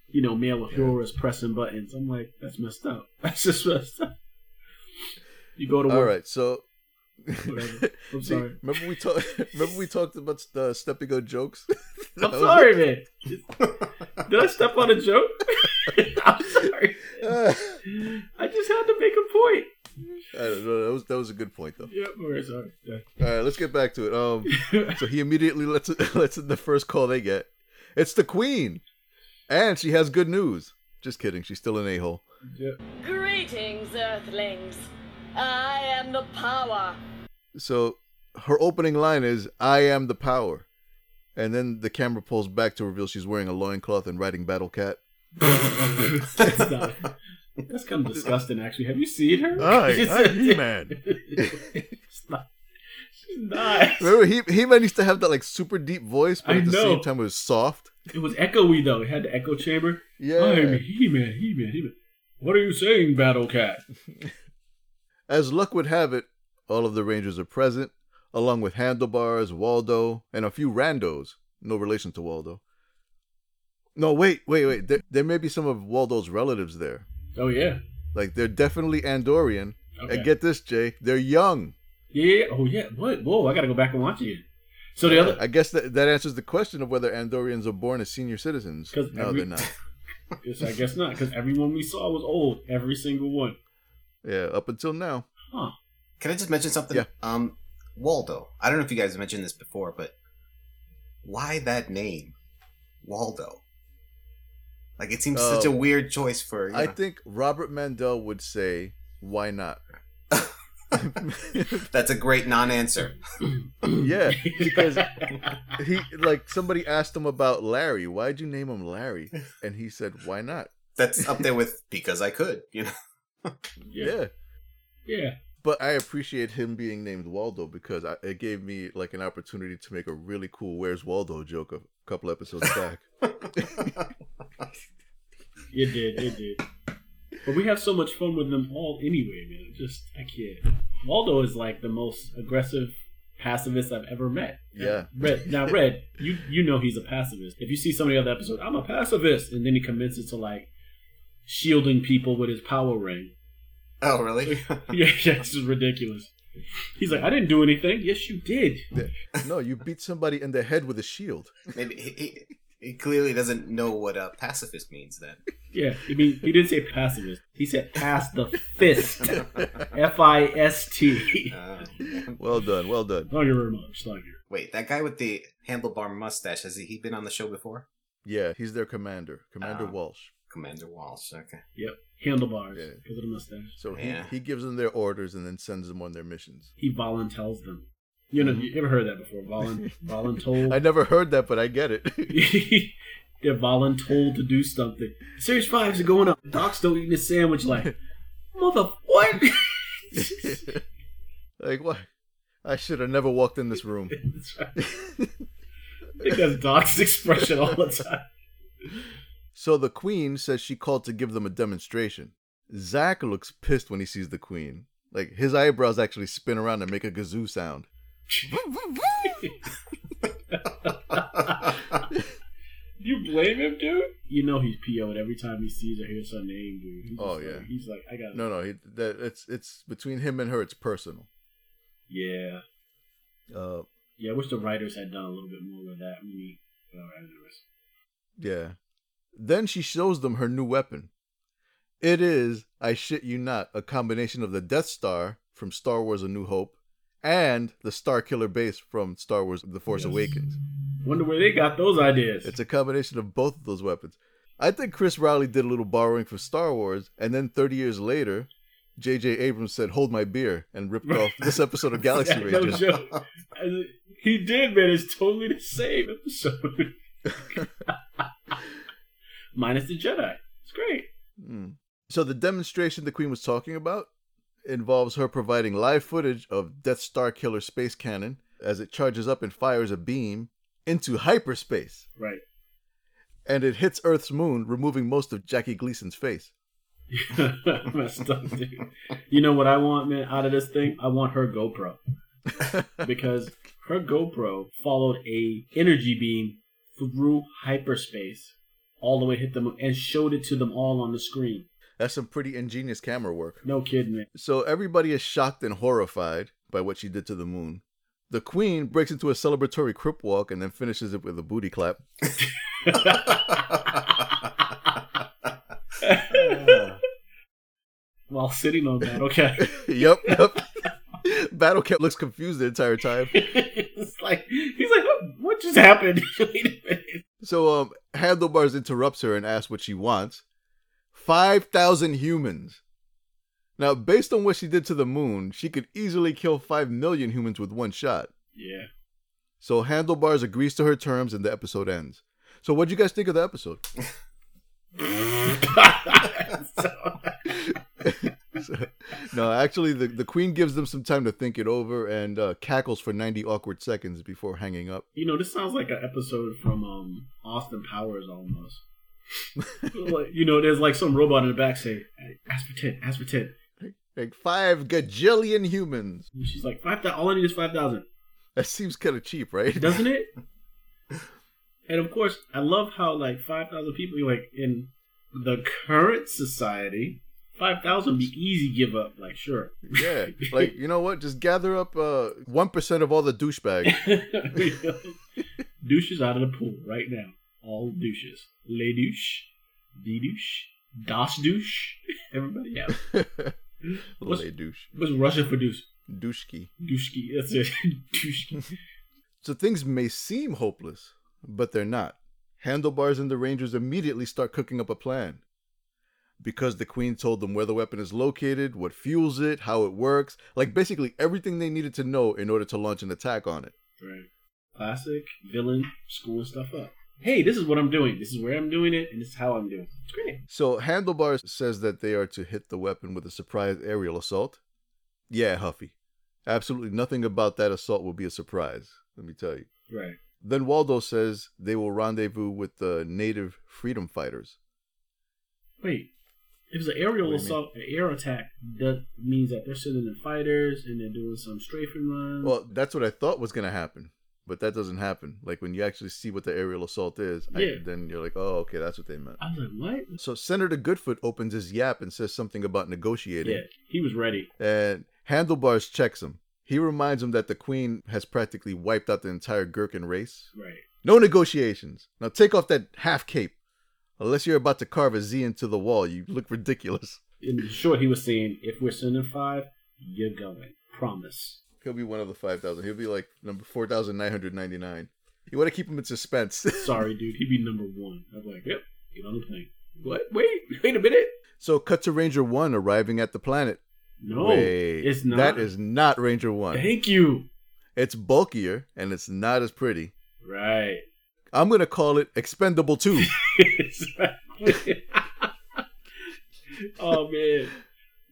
Speaker 2: you know, male Ahura is pressing buttons. I'm like, that's messed up. That's just messed up. You go to
Speaker 1: All
Speaker 2: work.
Speaker 1: right, so
Speaker 2: Whatever. I'm
Speaker 1: See,
Speaker 2: sorry.
Speaker 1: remember we talked. Remember we talked about the step and go jokes. That
Speaker 2: I'm
Speaker 1: was-
Speaker 2: sorry, man. Did I step on a joke? I'm sorry.
Speaker 1: Ah,
Speaker 2: I just had to make a point.
Speaker 1: I don't know. That was that was a good point though.
Speaker 2: Yeah, we're sorry.
Speaker 1: All right, let's get back to it. Um,
Speaker 2: Yeah.
Speaker 1: so he immediately lets lets in the first call they get. It's the queen, and she has good news. Just kidding. She's still an a hole.
Speaker 2: Yeah.
Speaker 4: Greetings, Earthlings. I am the power.
Speaker 1: So her opening line is "I am the power," and then the camera pulls back to reveal she's wearing a loincloth and riding Battle Cat.
Speaker 2: That's, not, that's kind of disgusting, actually. Have you seen her?
Speaker 1: Man.
Speaker 2: It's not- She's not.
Speaker 1: Remember, he he man used to have that like super deep voice, but
Speaker 2: I
Speaker 1: at the
Speaker 2: know.
Speaker 1: same time it was soft.
Speaker 2: It was echoey, though. It had the echo chamber.
Speaker 1: Yeah.
Speaker 2: I'm He-Man, He-Man, He-Man. What are you saying, Battle Cat?
Speaker 1: As luck would have it, all of the Rangers are present, along with Handlebars, Waldo, and a few randos. No relation to Waldo. No, wait, wait, wait. There, there may be some of Waldo's relatives there.
Speaker 2: Oh, yeah.
Speaker 1: Like they're definitely Andorian.
Speaker 2: Okay.
Speaker 1: And get this, Jay, they're young.
Speaker 2: yeah. Oh, yeah. What? Whoa, I got to go back and watch it again. So the other...
Speaker 1: I guess that that answers the question of whether Andorians are born as senior citizens.
Speaker 2: 'Cause
Speaker 1: No,
Speaker 2: every-
Speaker 1: they're not.
Speaker 2: Yes, I guess not, because everyone we saw was old. Every single one.
Speaker 1: Yeah, up until now.
Speaker 2: Huh.
Speaker 3: Can I just mention something?
Speaker 1: Yeah.
Speaker 3: Um, Waldo. I don't know if you guys mentioned this before, but why that name, Waldo? Like it seems such a
Speaker 1: Oh.
Speaker 3: weird choice for. You
Speaker 1: I
Speaker 3: know.
Speaker 1: think Robert Mandel would say, "Why not?"
Speaker 3: that's a great non-answer.
Speaker 1: yeah, because he like somebody asked him about Larry. Why'd you name him Larry? And he said, "Why not?"
Speaker 3: That's up there with because I could. You know.
Speaker 1: Yeah.
Speaker 2: Yeah. Yeah.
Speaker 1: But I appreciate him being named Waldo because I, it gave me like an opportunity to make a really cool "Where's Waldo" joke a couple episodes back.
Speaker 2: It did. It did. But we have so much fun with them all anyway, man. Just, I can't. Waldo is like the most aggressive pacifist I've ever met.
Speaker 1: Yeah.
Speaker 2: Red. Now, Red, you you know he's a pacifist. If you see some of the other episodes, I'm a pacifist. And then he commences to like shielding people with his power ring.
Speaker 3: Oh, really?
Speaker 2: yeah, yeah, this is ridiculous. He's like, I didn't do anything. Yes, you did.
Speaker 1: No, you beat somebody in the head with a shield.
Speaker 3: Maybe he, he, he clearly doesn't know what uh, pacifist means. Then
Speaker 2: Yeah, I mean, he didn't say pacifist. He said pass the fist. F I S T.
Speaker 3: Uh,
Speaker 1: Well done, well done.
Speaker 2: Thank you very much. Thank you.
Speaker 3: wait, that guy with the handlebar mustache has he, he been on the show before?
Speaker 1: Yeah, he's their commander, Commander
Speaker 3: Ah.
Speaker 1: Walsh.
Speaker 3: Commander Walsh. Okay.
Speaker 2: Yep. Handlebars
Speaker 1: Yeah.
Speaker 2: because of the mustache.
Speaker 1: So he,
Speaker 3: Yeah.
Speaker 1: he gives them their orders and then sends them on their missions.
Speaker 2: He voluntells them. You know, you ever heard that before? Volun voluntold.
Speaker 1: Mm-hmm. I never heard that, but I get it.
Speaker 2: They're voluntold to do something. Series fives are going up. Docs don't eat a sandwich. Like, mother, what?
Speaker 1: like, what? I should have never walked in this room.
Speaker 2: That's right. I think that's Doc's expression all the time.
Speaker 1: So the queen says she called to give them a demonstration. Zack looks pissed when he sees the queen. Like his eyebrows actually spin around and make a kazoo sound.
Speaker 2: You blame him, dude? You know he's PO'd every time he sees or hears her name, dude. He's
Speaker 1: Oh,
Speaker 2: just
Speaker 1: yeah.
Speaker 2: Like, he's like, I got.
Speaker 1: No, no, he, that, it's it's between him and her. It's personal.
Speaker 2: Yeah.
Speaker 1: Uh,
Speaker 2: Yeah, I wish the writers had done a little bit more with that. I mean, well, I don't know.
Speaker 1: yeah. Then she shows them her new weapon. It is, I shit you not, a combination of the Death Star from Star Wars: A New Hope and the Star Killer base from Star Wars: The Force
Speaker 2: Yes.
Speaker 1: Awakens.
Speaker 2: Wonder where they got those ideas.
Speaker 1: It's a combination of both of those weapons. I think Chris Rowley did a little borrowing for Star Wars, and then 30 years later, J.J. Abrams said, "Hold my beer," and ripped off this episode of Galaxy
Speaker 2: Yeah, no
Speaker 1: Rangers.
Speaker 2: joke. I- He did, man. It's totally the same episode. Minus the Jedi. It's great.
Speaker 1: Hmm. So the demonstration the Queen was talking about involves her providing live footage of Death Star Killer space cannon as it charges up and fires a beam into hyperspace,
Speaker 2: Right.
Speaker 1: and it hits Earth's moon, removing most of Jackie Gleason's face.
Speaker 2: Messed up, dude. You know what I want, man, out of this thing? I want her GoPro. because her GoPro followed a energy beam through hyperspace all the way hit them and showed it to them all on the screen.
Speaker 1: That's some pretty ingenious camera work.
Speaker 2: No kidding, man.
Speaker 1: So everybody is shocked and horrified by what she did to the moon. The queen breaks into a celebratory crip walk and then finishes it with a booty clap.
Speaker 2: While sitting on that, okay.
Speaker 1: yep, yep. Battle Cat looks confused the entire time.
Speaker 2: it's like he's like, what, what just happened? Wait a minute.
Speaker 1: So um Handlebars interrupts her and asks what she wants. 5,000 humans. Now, based on what she did to the moon, she could easily kill 5 million humans with one shot.
Speaker 2: yeah,
Speaker 1: So Handlebars agrees to her terms and the episode ends. So what'd you guys think of the episode?
Speaker 2: So-
Speaker 1: So- no, actually, the, the queen gives them some time to think it over and uh, cackles for 90 awkward seconds before hanging up.
Speaker 2: you know, this sounds like an episode from um, Austin Powers almost. Like, you know, there's like some robot in the back saying, "Ask for ten, ask for ten.
Speaker 1: Like, five gajillion humans.
Speaker 2: And she's like, five thousand. All I need is five thousand,
Speaker 1: That seems kind of cheap, right?
Speaker 2: doesn't it? and of course, I love how like five thousand people, you're like in the current society, five thousand be easy give up. Like, sure.
Speaker 1: Yeah. Like, you know what? Just gather up uh, 1% of all the douchebags.
Speaker 2: douches out of the pool right now. All douches. Le douche, the douche, das douche. Everybody out. What's-
Speaker 1: Lay douche.
Speaker 2: What's Russian for douche?
Speaker 1: Doucheki.
Speaker 2: Doucheki. That's it. Doucheki.
Speaker 1: So things may seem hopeless, but they're not. Handlebars and the Rangers immediately start cooking up a plan. Because the Queen told them where the weapon is located, what fuels it, how it works, like basically everything they needed to know in order to launch an attack on it.
Speaker 2: Right. Classic villain screwing stuff up. Hey, this is what I'm doing. This is where I'm doing it, and this is how I'm doing it. It's great.
Speaker 1: So Handlebars says that they are to hit the weapon with a surprise aerial assault. Yeah, Huffy. Absolutely nothing about that assault will be a surprise, let me tell you.
Speaker 2: Right.
Speaker 1: Then Waldo says they will rendezvous with the native freedom fighters.
Speaker 2: Wait. If it's
Speaker 1: What
Speaker 2: an
Speaker 1: do you
Speaker 2: aerial
Speaker 1: mean?
Speaker 2: assault, an air attack, that means that they're sending in fighters and they're doing some strafing runs.
Speaker 1: Well, that's what I thought was going to happen, but that doesn't happen. Like when you actually see what the aerial assault is,
Speaker 2: Yeah.
Speaker 1: I, then you're like, oh, okay, that's what they meant.
Speaker 2: I was like, what?
Speaker 1: So Senator Goodfoot opens his yap and says something about negotiating,
Speaker 2: Yeah, he was ready.
Speaker 1: and Handlebars checks him. He reminds him that the Queen has practically wiped out the entire Gherkin race.
Speaker 2: Right.
Speaker 1: No negotiations. Now take off that half cape. Unless you're about to carve a Z into the wall, you look ridiculous.
Speaker 2: In short, he was saying, if we're sending five, you're going. Promise.
Speaker 1: He'll be one of the 5,000. He'll be like number 4,999. You want to keep him in suspense.
Speaker 2: Sorry, dude. He'd be number one. I'm like, yep, get on the plane. What? Wait, wait a minute.
Speaker 1: so cut to Ranger 1 arriving at the planet.
Speaker 2: No,
Speaker 1: Wait,
Speaker 2: it's not.
Speaker 1: That is not Ranger 1.
Speaker 2: Thank you.
Speaker 1: It's bulkier and it's not as pretty.
Speaker 2: Right.
Speaker 1: I'm going to call it Expendable 2.
Speaker 2: Exactly. oh man.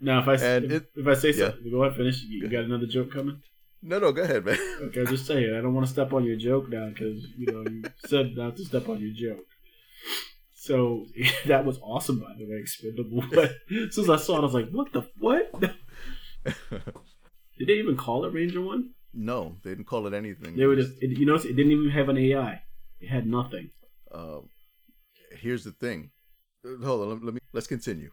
Speaker 2: Now if I
Speaker 1: And
Speaker 2: if,
Speaker 1: it-
Speaker 2: if I say
Speaker 1: yeah.
Speaker 2: something, go ahead, finish. You, you got another joke coming?
Speaker 1: no, no, go ahead, man.
Speaker 2: Okay, just saying. I don't want to step on your joke now because you know you said not to step on your joke. So that was awesome, by the way, expendable. But as soon as I saw it, I was like, "What the what?" Did they even call it Ranger One?
Speaker 1: No, they didn't call it anything.
Speaker 2: They were just, it, you know, it didn't even have an AI. It had nothing.
Speaker 1: Uh, here's the thing. Uh, Hold on, let, let me let's continue.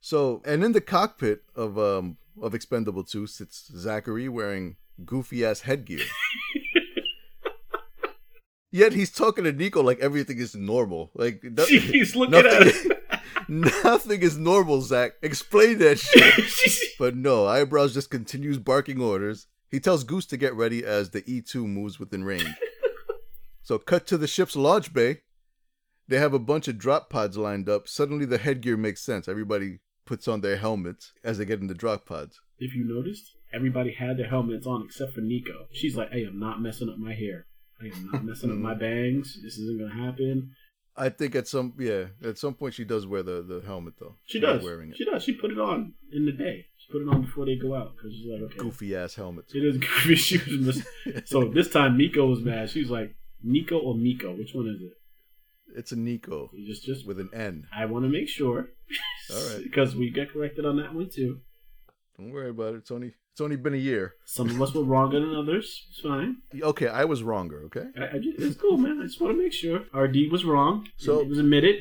Speaker 1: So, and in the cockpit of um of Expendable Two sits Zachary wearing goofy ass headgear. Yet he's talking to Nico like everything is normal. Like no-
Speaker 2: She's looking at it.
Speaker 1: nothing, nothing is normal. Zach, explain that shit. But no, eyebrows just continues barking orders. He tells Goose to get ready as the E2 moves within range. so cut to the ship's launch bay. They have a bunch of drop pods lined up. Suddenly the headgear makes sense. Everybody puts on their helmets as they get in the drop pods.
Speaker 2: If you noticed, everybody had their helmets on except for Nico. She's like, I am not messing up my hair. I am not messing up my bangs. This isn't going to happen.
Speaker 1: I think at some yeah, at some point she does wear the, the helmet though.
Speaker 2: She
Speaker 1: She's
Speaker 2: does.
Speaker 1: wearing it.
Speaker 2: She does. She put it on in the day. She put it on before they go out because she's like, okay.
Speaker 1: Goofy ass helmets.
Speaker 2: It is goofy. She was mis- so this time Nico was mad. She was like, Nico or Miko? Which one is it?
Speaker 1: It's a Nico
Speaker 2: You just, just
Speaker 1: with an N.
Speaker 2: I want to make sure.
Speaker 1: All right.
Speaker 2: Because we got corrected on that one too.
Speaker 1: Don't worry about it. It's only it's only been a year.
Speaker 2: Some of us were wronger than others. It's fine.
Speaker 1: Okay, I was wronger, okay?
Speaker 2: I, I just, it's cool, man. I just want to make sure our D was wrong.
Speaker 1: So-
Speaker 2: So it was admitted.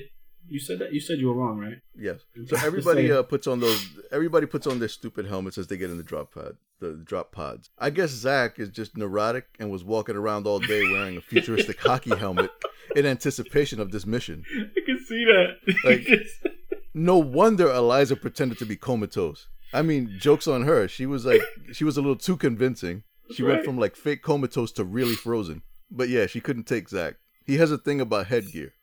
Speaker 2: You said that. You said you were wrong, right?
Speaker 1: Yes. So
Speaker 2: Just
Speaker 1: everybody
Speaker 2: saying.
Speaker 1: uh, puts on those. Everybody puts on their stupid helmets as they get in the drop pod. The drop pods. I guess Zach is just neurotic and was walking around all day wearing a futuristic hockey helmet in anticipation of this mission.
Speaker 2: I can see that.
Speaker 1: uh, Like- No wonder Eliza pretended to be comatose. I mean, jokes on her. She was like, she was a little too convincing. She went
Speaker 2: Right.
Speaker 1: from like fake comatose to really frozen. But yeah, she couldn't take Zach. He has a thing about headgear.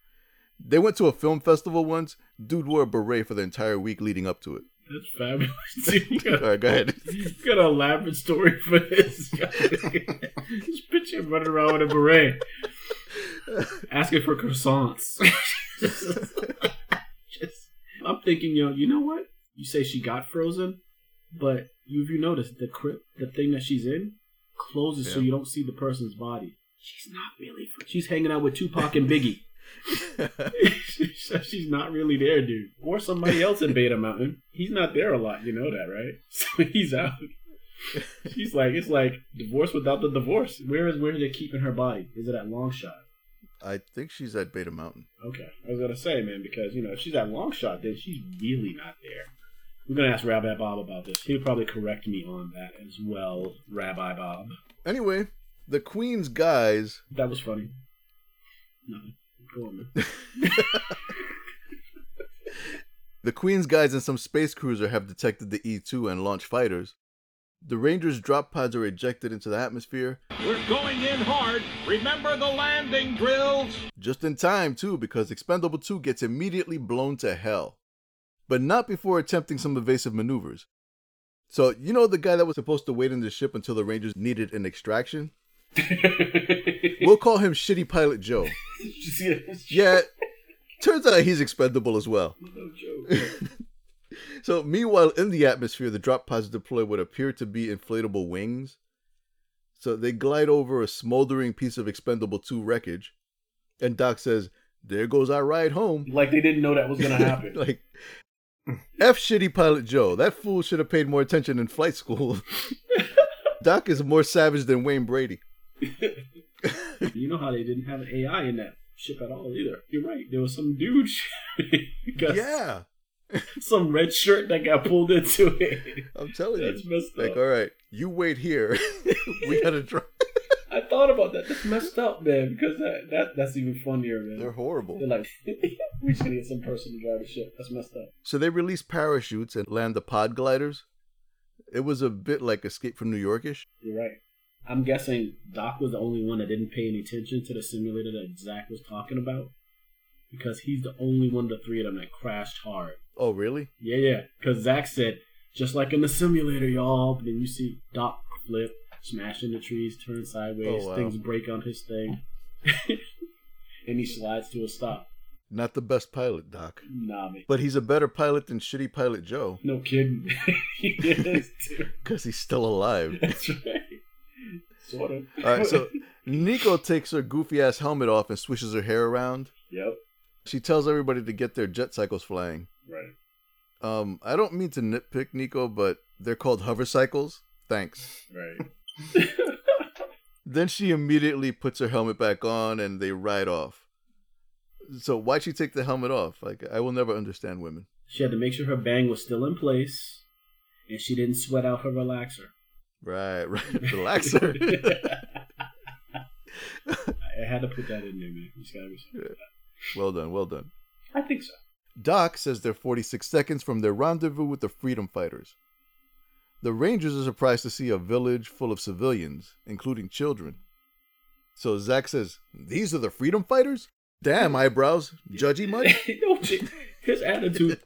Speaker 1: They went to a film festival once. Dude wore a beret for the entire week leading up to it.
Speaker 2: That's fabulous. dude. You
Speaker 1: All
Speaker 2: got,
Speaker 1: right, go ahead.
Speaker 2: you got an elaborate story for this. Just picture him running around with a beret, asking for croissants. Just, I'm thinking, yo, you know what? You say she got frozen, but you, if you notice the crypt, the thing that she's in, closes so
Speaker 1: Yeah.
Speaker 2: you don't see the person's body. She's not really. fro- She's hanging out with Tupac and Biggie. so she's not really there, dude. Or somebody else in Beta Mountain. He's not there a lot. You know that, right? So he's out. She's like, it's like divorce without the divorce. Where is where are they keeping her body? Is it at Long Shot?
Speaker 1: I think she's at Beta Mountain.
Speaker 2: Okay, I was gonna say, man, because you know if she's at long shot, then she's really not there. We're gonna ask Rabbi Bob about this. He'll probably correct me on that as well, Rabbi Bob.
Speaker 1: Anyway, the Queen's guys.
Speaker 2: That was funny. No, go on. Man.
Speaker 1: The Queen's guys and some space cruiser have detected the E 2 and launch fighters. The Rangers' drop pods are ejected into the atmosphere
Speaker 5: We're going in hard. Remember the landing drills.
Speaker 1: just in time, too, because Expendable 2 gets immediately blown to hell. But not before attempting some evasive maneuvers. So, you know the guy that was supposed to wait in the ship until the Rangers needed an extraction? We'll call him Shitty Pilot Joe.
Speaker 2: Did you see that?
Speaker 1: Yeah, turns out he's expendable as well.
Speaker 2: No joke.
Speaker 1: So, meanwhile, in the atmosphere, the drop pods deploy what appear to be inflatable wings. So they glide over a smoldering piece of expendable 2 wreckage. And Doc says, There goes our ride home.
Speaker 2: Like they didn't know that was gonna happen.
Speaker 1: like, F shitty pilot Joe. That fool should have paid more attention in flight school. Doc is more savage than Wayne Brady.
Speaker 2: you know how they didn't have an AI in that ship at all either. You're right. There was some dude got
Speaker 1: yeah,
Speaker 2: some red shirt that got pulled into it.
Speaker 1: I'm telling
Speaker 2: That's
Speaker 1: you.
Speaker 2: messed
Speaker 1: Like,
Speaker 2: up.
Speaker 1: all right, you wait here. we gotta drive.
Speaker 2: I thought about that. That's messed up, man. Because that, that that's even funnier, man.
Speaker 1: They're horrible.
Speaker 2: They're like, we should get some person to drive the ship. That's messed up.
Speaker 1: So they released parachutes and land the pod gliders. It was a bit like Escape from New Yorkish.
Speaker 2: You're right. I'm guessing Doc was the only one that didn't pay any attention to the simulator that Zach was talking about. Because he's the only one of the three of them that crashed hard.
Speaker 1: Oh, really?
Speaker 2: Yeah, yeah. Because Zach said, just like in the simulator, y'all. But then you see Doc flip, smash into trees, turn sideways,
Speaker 1: Oh, wow.
Speaker 2: things break on his thing. and he slides to a stop.
Speaker 1: Not the best pilot, Doc.
Speaker 2: Nah, man.
Speaker 1: But he's a better pilot than shitty pilot Joe
Speaker 2: No kidding. he is, too.
Speaker 1: because he's still alive.
Speaker 2: That's right. Sort of.
Speaker 1: All right, so Nico takes her goofy ass helmet off and swishes her hair around.
Speaker 2: Yep.
Speaker 1: She tells everybody to get their jet cycles flying.
Speaker 2: Right.
Speaker 1: Um, I don't mean to nitpick Nico, but they're called hover cycles. Thanks.
Speaker 2: Right.
Speaker 1: Then she immediately puts her helmet back on and they ride off. So why'd she take the helmet off? Like I will never understand women.
Speaker 2: She had to make sure her bang was still in place and she didn't sweat out her relaxer.
Speaker 1: Right, right. Relaxer.
Speaker 2: I had to put that in there, man. You just gotta be-
Speaker 1: well done, well done.
Speaker 2: I think so.
Speaker 1: Doc says they're 46 seconds from their rendezvous with the freedom fighters. The Rangers are surprised to see a village full of civilians, including children. So Zack says, These are the freedom fighters? Damn, eyebrows. Judgy much?
Speaker 2: No, shit. his attitude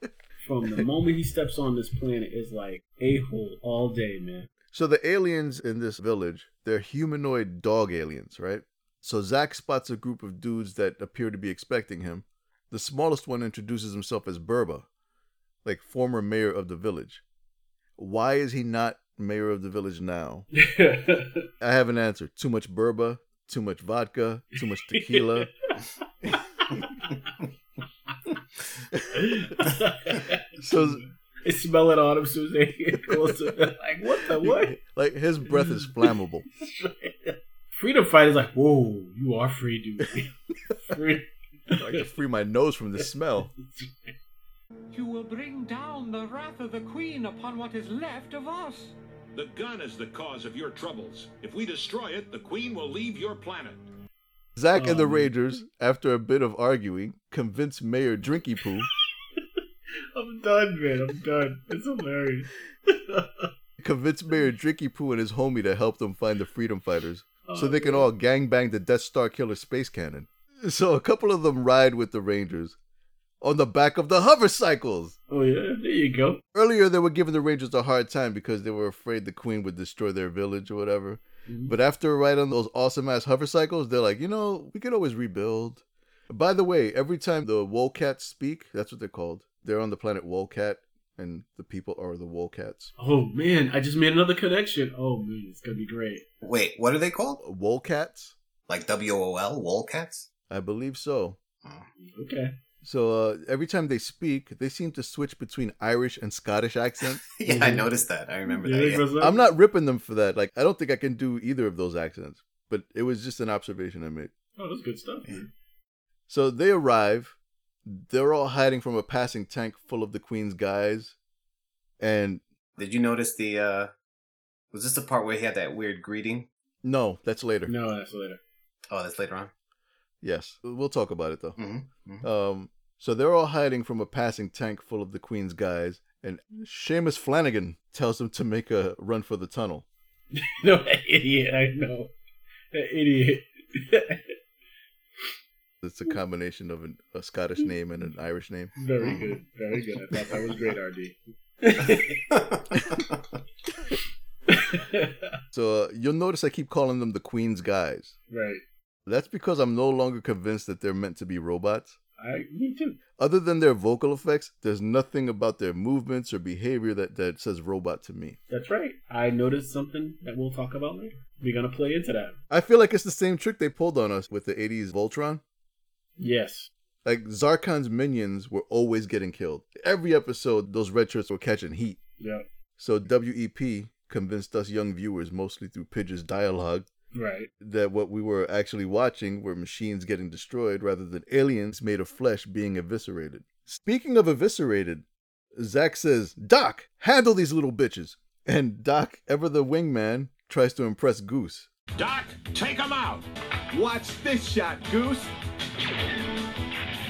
Speaker 2: from the moment he steps on this planet is like a hole all day, man.
Speaker 1: So the aliens in this village, they're humanoid dog aliens, right? So Zack spots a group of dudes that appear to be expecting him. The smallest one introduces himself as Burba, like former mayor of the village. Why is he not mayor of the village now? I have an answer. Too much Burba, too much vodka, too much tequila. so
Speaker 2: they smell it on him as soon as they get closer. They're like, what the what?
Speaker 1: like his breath is flammable.
Speaker 2: Freedom fighters like, whoa, you are free, dude. free.
Speaker 1: I can free my nose from the smell.
Speaker 6: You will bring down the wrath of the Queen upon what is left of us.
Speaker 5: The gun is the cause of your troubles. If we destroy it, the Queen will leave your planet.
Speaker 1: Zack and the
Speaker 2: Um.
Speaker 1: Rangers, after a bit of arguing, convince Mayor Drinky Poo
Speaker 2: I'm done, man. I'm done. It's hilarious.
Speaker 1: convince Mayor Drinky Poo and his homie to help them find the freedom fighters so
Speaker 2: Oh,
Speaker 1: they can all gangbang the Death Star Killer space cannon. So a couple of them ride with the Rangers on the back of the hover cycles.
Speaker 2: Oh yeah, there you go.
Speaker 1: Earlier, they were giving the Rangers a hard time because they were afraid the Queen would destroy their village or whatever. But after riding on those awesome ass hover cycles, they're like, you know, we could always rebuild. By the way, every time the Wolcats speak, that's what they're called. They're on the planet Wolcat, and the people are the Wolcats.
Speaker 2: Oh man, I just made another connection. Oh man, it's gonna be great.
Speaker 3: Wait, what are they called?
Speaker 1: Wolcats?
Speaker 3: Like W O L, Wolcats?
Speaker 1: I believe so.
Speaker 2: Okay.
Speaker 1: So uh, every time they speak, they seem to switch between Irish and Scottish accents.
Speaker 3: yeah, I noticed that. I remember
Speaker 2: You
Speaker 3: that.
Speaker 2: think
Speaker 3: yeah.
Speaker 2: that's-
Speaker 1: I'm not ripping them for that. Like, I don't think I can do either of those accents, but it was just an observation I made.
Speaker 2: Oh, that's good stuff. man.
Speaker 1: So they arrive. They're all hiding from a passing tank full of the Queen's guys. And
Speaker 3: Did you notice the uh was this the part where he had that weird greeting?
Speaker 1: no, that's later.
Speaker 2: No, that's later.
Speaker 3: Oh, that's later on.
Speaker 1: Yes. We'll talk about it though.
Speaker 3: Mhm.
Speaker 1: Um, so they're all hiding from a passing tank full of the Queen's guys. And Seamus Flanagan tells them to make a run for the tunnel.
Speaker 2: No, that idiot. I know. That idiot.
Speaker 1: It's a combination of an, a Scottish name and an Irish name.
Speaker 2: Very good. Very good. I thought that was great, RD.
Speaker 3: Mm-hmm.
Speaker 1: So uh, you'll notice I keep calling them the Queen's guys.
Speaker 2: right.
Speaker 1: That's because I'm no longer convinced that they're meant to be robots.
Speaker 2: I. Me too.
Speaker 1: other than their vocal effects, there's nothing about their movements or behavior that, that says robot to me.
Speaker 2: That's right. I noticed something that we'll talk about later. We're gonna play into that.
Speaker 1: I feel like it's the same trick they pulled on us with the 80s Voltron.
Speaker 2: Yes.
Speaker 1: Like, Zarkon's minions were always getting killed. Every episode, those red shirts were catching heat. E
Speaker 2: Yep.
Speaker 1: So, WEP convinced us young viewers, mostly through Pidge's dialogue,
Speaker 2: Right.
Speaker 1: that what we were actually watching were machines getting destroyed rather than aliens made of flesh being eviscerated. Speaking of eviscerated, Zack says, Doc, handle these little bitches. And Doc, ever the wingman, tries to impress Goose.
Speaker 5: Doc, take him out.
Speaker 7: Watch this shot, Goose.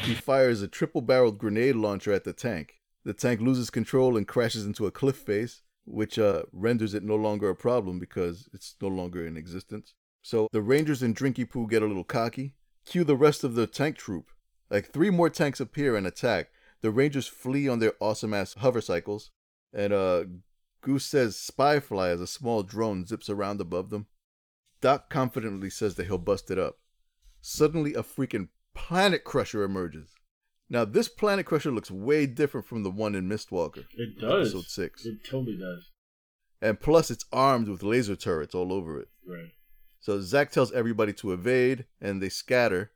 Speaker 1: He fires a triple barreled grenade launcher at the tank. The tank loses control and crashes into a cliff face, which uh, renders it no longer a problem because it's no longer in existence. So the Rangers and Drinky Poo get a little cocky. Cue the rest of the tank troop. Like three more tanks appear and attack. The Rangers flee on their awesome ass hover cycles, and uh, Goose says Spyfly as a small drone zips around above them. Doc confidently says that he'll bust it up suddenly a freaking planet crusher emerges. Now this planet crusher looks way different from the one in Mistwalker.
Speaker 2: It does.
Speaker 1: Episode six.
Speaker 2: It totally does.
Speaker 1: And plus it's armed with laser turrets all over it.
Speaker 2: Right.
Speaker 1: So Zack tells everybody to evade and they scatter,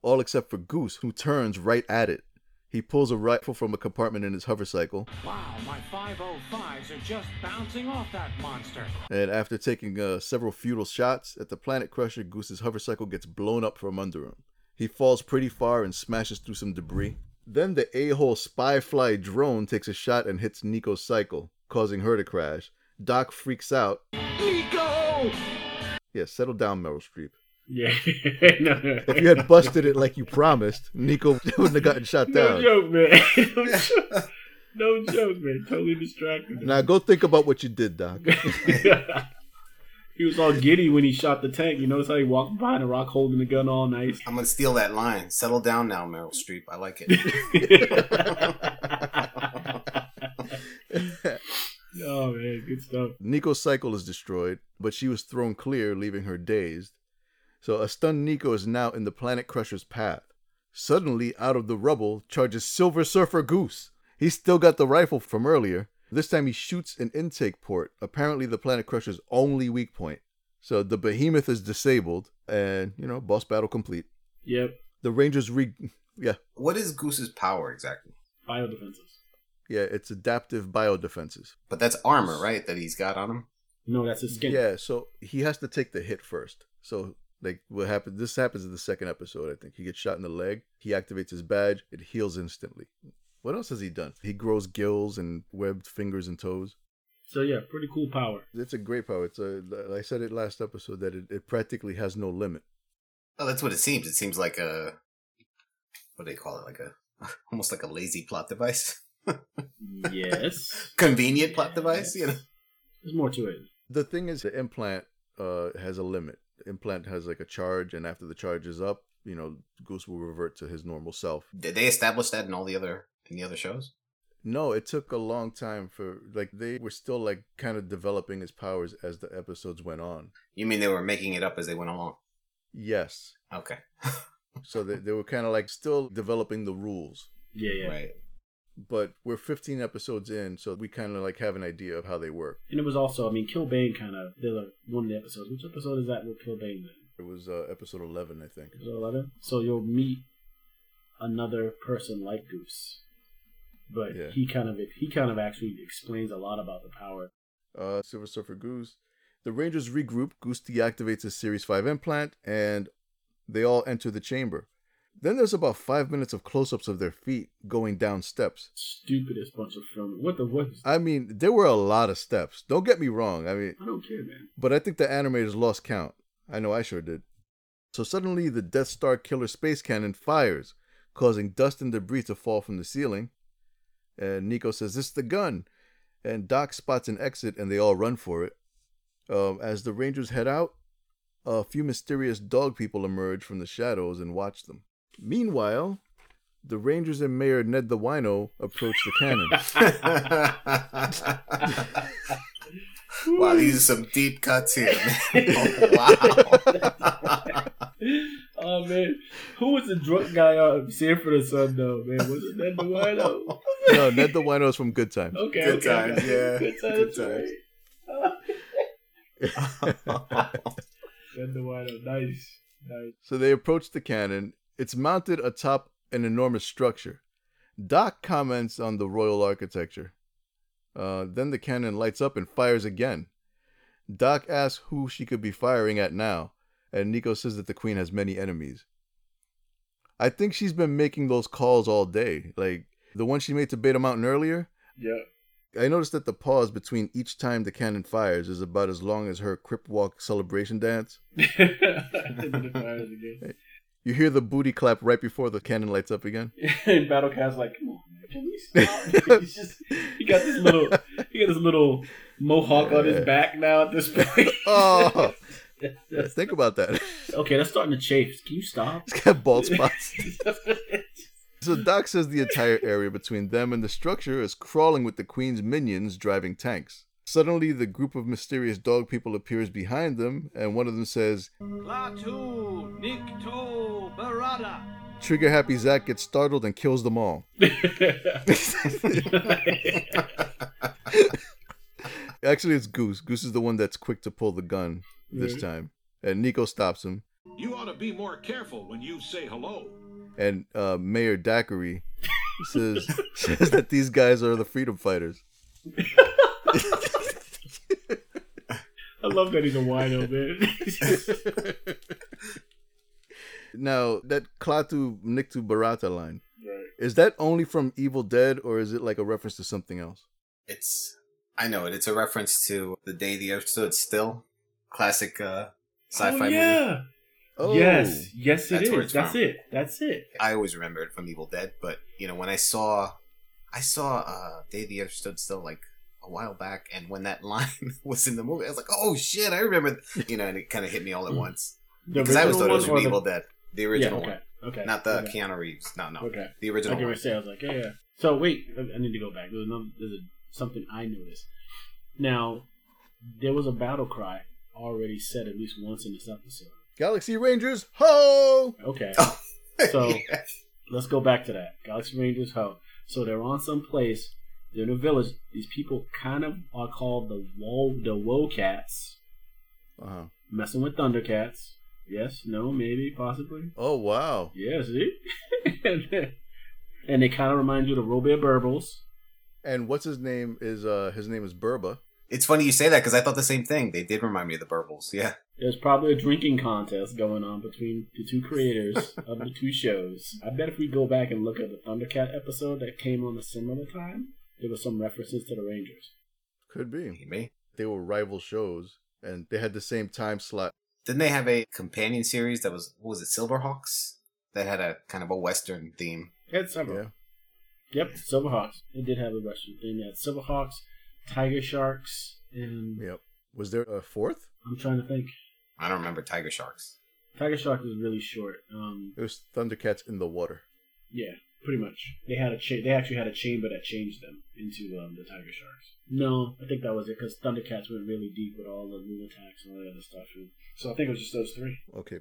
Speaker 1: all except for Goose, who turns right at it. He pulls a rifle from a compartment in his hover cycle,
Speaker 6: Wow, my 505s are just bouncing off that monster.
Speaker 1: and after taking uh, several futile shots at the planet crusher, Goose's hover cycle gets blown up from under him. He falls pretty far and smashes through some debris. Then the a-hole spyfly drone takes a shot and hits Nico's cycle, causing her to crash. Doc freaks out.
Speaker 7: Nico!
Speaker 1: Yeah, settle down, Meryl Streep.
Speaker 2: Yeah. no,
Speaker 1: If you had busted it like you promised, Nico wouldn't have gotten shot
Speaker 2: no
Speaker 1: down.
Speaker 2: joke, man. no, joke. no joke, man. Totally distracted.
Speaker 1: Now go think about what you did, Doc.
Speaker 2: he was all giddy when he shot the tank. You notice how he walked behind a rock holding the gun all nice.
Speaker 3: I'm gonna steal that line. Settle down now, Meryl Streep. I like it.
Speaker 2: oh man, good stuff.
Speaker 1: Nico's cycle is destroyed, but she was thrown clear, leaving her dazed. So a stunned Nico is now in the Planet Crusher's path. Suddenly, out of the rubble charges Silver Surfer Goose. He's still got the rifle from earlier. This time he shoots an intake port, apparently the Planet Crusher's only weak point. So the behemoth is disabled, and, you know, boss battle complete.
Speaker 2: Yep.
Speaker 1: The Rangers re. Yeah,
Speaker 3: what is Goose's power exactly?
Speaker 2: Bio defenses.
Speaker 1: yeah, it's adaptive bio defenses.
Speaker 3: But that's armor, right? That he's got on him.
Speaker 2: No, that's his skin.
Speaker 1: Yeah, so he has to take the hit first. So like what happens this happens in the second episode, I think. He gets shot in the leg, he activates his badge, it heals instantly. What else has he done? He grows gills and webbed fingers and toes.
Speaker 2: So yeah, pretty cool power.
Speaker 1: It's a great power. It's a I said it last episode that it, it practically has no limit.
Speaker 3: Oh, that's what it seems. It seems like a what do they call it? Like a almost like a lazy plot device,
Speaker 2: Yes.
Speaker 3: convenient plot device. You know,
Speaker 2: There's more to it.
Speaker 1: The thing is the implant uh has a limit. The implant has like a charge and after the charge is up, you know, Goose will revert to his normal self.
Speaker 3: did they establish that in all the other in the other shows?
Speaker 1: No, it took a long time for like they were still like kind of developing his powers as the episodes went on.
Speaker 3: You mean they were making it up as they went along?
Speaker 1: Yes.
Speaker 3: Okay,
Speaker 1: So they, they were kind of like still developing the rules.
Speaker 2: Yeah, yeah.
Speaker 3: right.
Speaker 1: But we're 15 episodes in, so we kind of like have an idea of how they work.
Speaker 2: And it was also, I mean, Kilbane kind of did like one of the episodes. Which episode is that with Kilbane? in?
Speaker 1: It was uh, episode 11, I think.
Speaker 2: Episode eleven. So you'll meet another person like Goose, but
Speaker 1: Yeah.
Speaker 2: he kind of he kind of actually explains a lot about the power.
Speaker 1: Uh, Silver Surfer Goose. The Rangers regroup. Goose deactivates his Series 5 implant, and they all enter the chamber. Then there's about five minutes of close ups of their feet going down steps.
Speaker 2: Stupidest bunch of film. What the what? Is, I,
Speaker 1: I mean, there were a lot of steps. Don't get me wrong. I mean,
Speaker 2: don't care, man.
Speaker 1: But I think the animators lost count. I know I sure did. So suddenly, the Death Star killer space cannon fires, causing dust and debris to fall from the ceiling. And Nico says, "This is the gun," and Doc spots an exit, and they all run for it. Um, as the Rangers head out, a few mysterious dog people emerge from the shadows and watch them. Meanwhile, the Rangers and Mayor Ned the Wino approach the cannon.
Speaker 3: wow, these are some deep cuts here. man. wow.
Speaker 2: Oh man, who was the drunk guy on Sanford or Son though? Man, was it Ned DeWino?
Speaker 1: no, Ned the Wino is from Good Times.
Speaker 2: Okay,
Speaker 3: Good
Speaker 2: okay,
Speaker 3: times,
Speaker 2: okay.
Speaker 3: yeah.
Speaker 2: Good times,
Speaker 3: Good
Speaker 2: that's right. Ned DeWino, nice, nice.
Speaker 1: So they approach the cannon. It's mounted atop an enormous structure. Doc comments on the royal architecture. Uh, then the cannon lights up and fires again. Doc asks who she could be firing at now, and Nico says that the Queen has many enemies. I think she's been making those calls all day. Like the one she made to Beta Mountain earlier,
Speaker 2: Yeah.
Speaker 1: I noticed that the pause between each time the cannon fires is about as long as her Crip Walk celebration dance. You hear the booty clap right before the cannon lights up again.
Speaker 2: and Battlecat's like, come on, man, can we stop? He's just he got this little he got this little mohawk on his back now at this point.
Speaker 1: Oh, think about that.
Speaker 2: okay, that's starting to chafe. Can you stop?
Speaker 1: It's got bald spots. So Doc says the entire area between them and the structure is crawling with the Queen's minions driving tanks. Suddenly, the group of mysterious dog people appears behind them, and one of them says,
Speaker 6: Klaatu, Nikto, Barada.
Speaker 1: Trigger Happy Zack gets startled and kills them all. Actually, it's Goose. Goose is the one that's quick to pull the gun this time. And Nico stops him.
Speaker 5: You ought to be more careful when you say hello.
Speaker 1: And uh, Mayor Daiquiri says, says that these guys are the freedom fighters.
Speaker 2: I love that he's a wino, man.
Speaker 1: Now, that Klaatu Niktu Barata line,
Speaker 2: right.
Speaker 1: is that only from Evil Dead or is it like a reference to something else?
Speaker 3: It's I know it. It's a reference to the day the earth stood still, classic uh, sci-fi
Speaker 2: oh,
Speaker 3: movie.
Speaker 2: yeah.
Speaker 1: Oh,
Speaker 2: Yes, yes, it
Speaker 3: Oh, That's
Speaker 2: is.
Speaker 3: where
Speaker 2: that's
Speaker 3: it's from.
Speaker 2: it. That's it.
Speaker 3: I always remember it from Evil Dead, but you know when I saw, I saw uh, Day the Earth Stood Still like a while back, and when that line was in the movie, I was like, oh shit, I remember. th-" You know, and it kind of hit me all
Speaker 2: Mm.
Speaker 3: at once
Speaker 2: The
Speaker 3: because I always thought it
Speaker 2: original one
Speaker 3: was from
Speaker 2: or the-
Speaker 3: Evil Dead, the original
Speaker 2: yeah, okay, okay,
Speaker 3: one, not the
Speaker 2: okay.
Speaker 3: Keanu Reeves. No, no,
Speaker 2: Okay.
Speaker 3: the
Speaker 2: I
Speaker 3: original
Speaker 2: can
Speaker 3: one.
Speaker 2: say I was like, yeah, yeah. So wait, I I need to go back. There's another. There's a, something I noticed. Now, there was a battle cry already said at least once in this episode.
Speaker 1: Galaxy Rangers, ho!
Speaker 2: Okay,
Speaker 3: Oh.
Speaker 2: So-
Speaker 3: Yeah.
Speaker 2: let's go back to that. Galaxy Rangers Ho. So they're on some place. They're in a village. These people kind of are called the Wo the Wo Cats,
Speaker 1: Uh-huh.
Speaker 2: messing with Thundercats. Yes, no, maybe, possibly.
Speaker 1: Oh, wow.
Speaker 2: Yeah, see? and they kind of remind you of the Robert Burbles.
Speaker 1: And what's his name is, uh, his name is Burba.
Speaker 3: it's funny you say that because I thought the same thing. They did remind me of the Burbles. Yeah,
Speaker 2: There's probably a drinking contest going on between the two creators of the two shows. I bet if we go back and look at the Thundercat episode that came on a similar time, there was some references to the Rangers.
Speaker 1: Could be.
Speaker 3: me.
Speaker 1: They were rival shows and they had the same time slot.
Speaker 3: Didn't they have a companion series that was what was it Silverhawks that had a kind of a Western theme?
Speaker 2: Had several.
Speaker 1: Yeah.
Speaker 2: Yep, Silverhawks. It did have a Western theme. They had Silverhawks, Tiger Sharks, and
Speaker 1: Yep. Was there a fourth?
Speaker 2: I'm trying to think.
Speaker 3: I don't remember Tiger Sharks.
Speaker 2: Tiger Shark was really short. Um,
Speaker 1: It was Thundercats in the water.
Speaker 2: yeah, pretty much. They had a cha- they actually had a chamber that changed them into um, the Tiger Sharks. No, I think that was it because Thundercats went really deep with all the new attacks and all that other stuff. And- So I think it was just those three.
Speaker 1: Okay.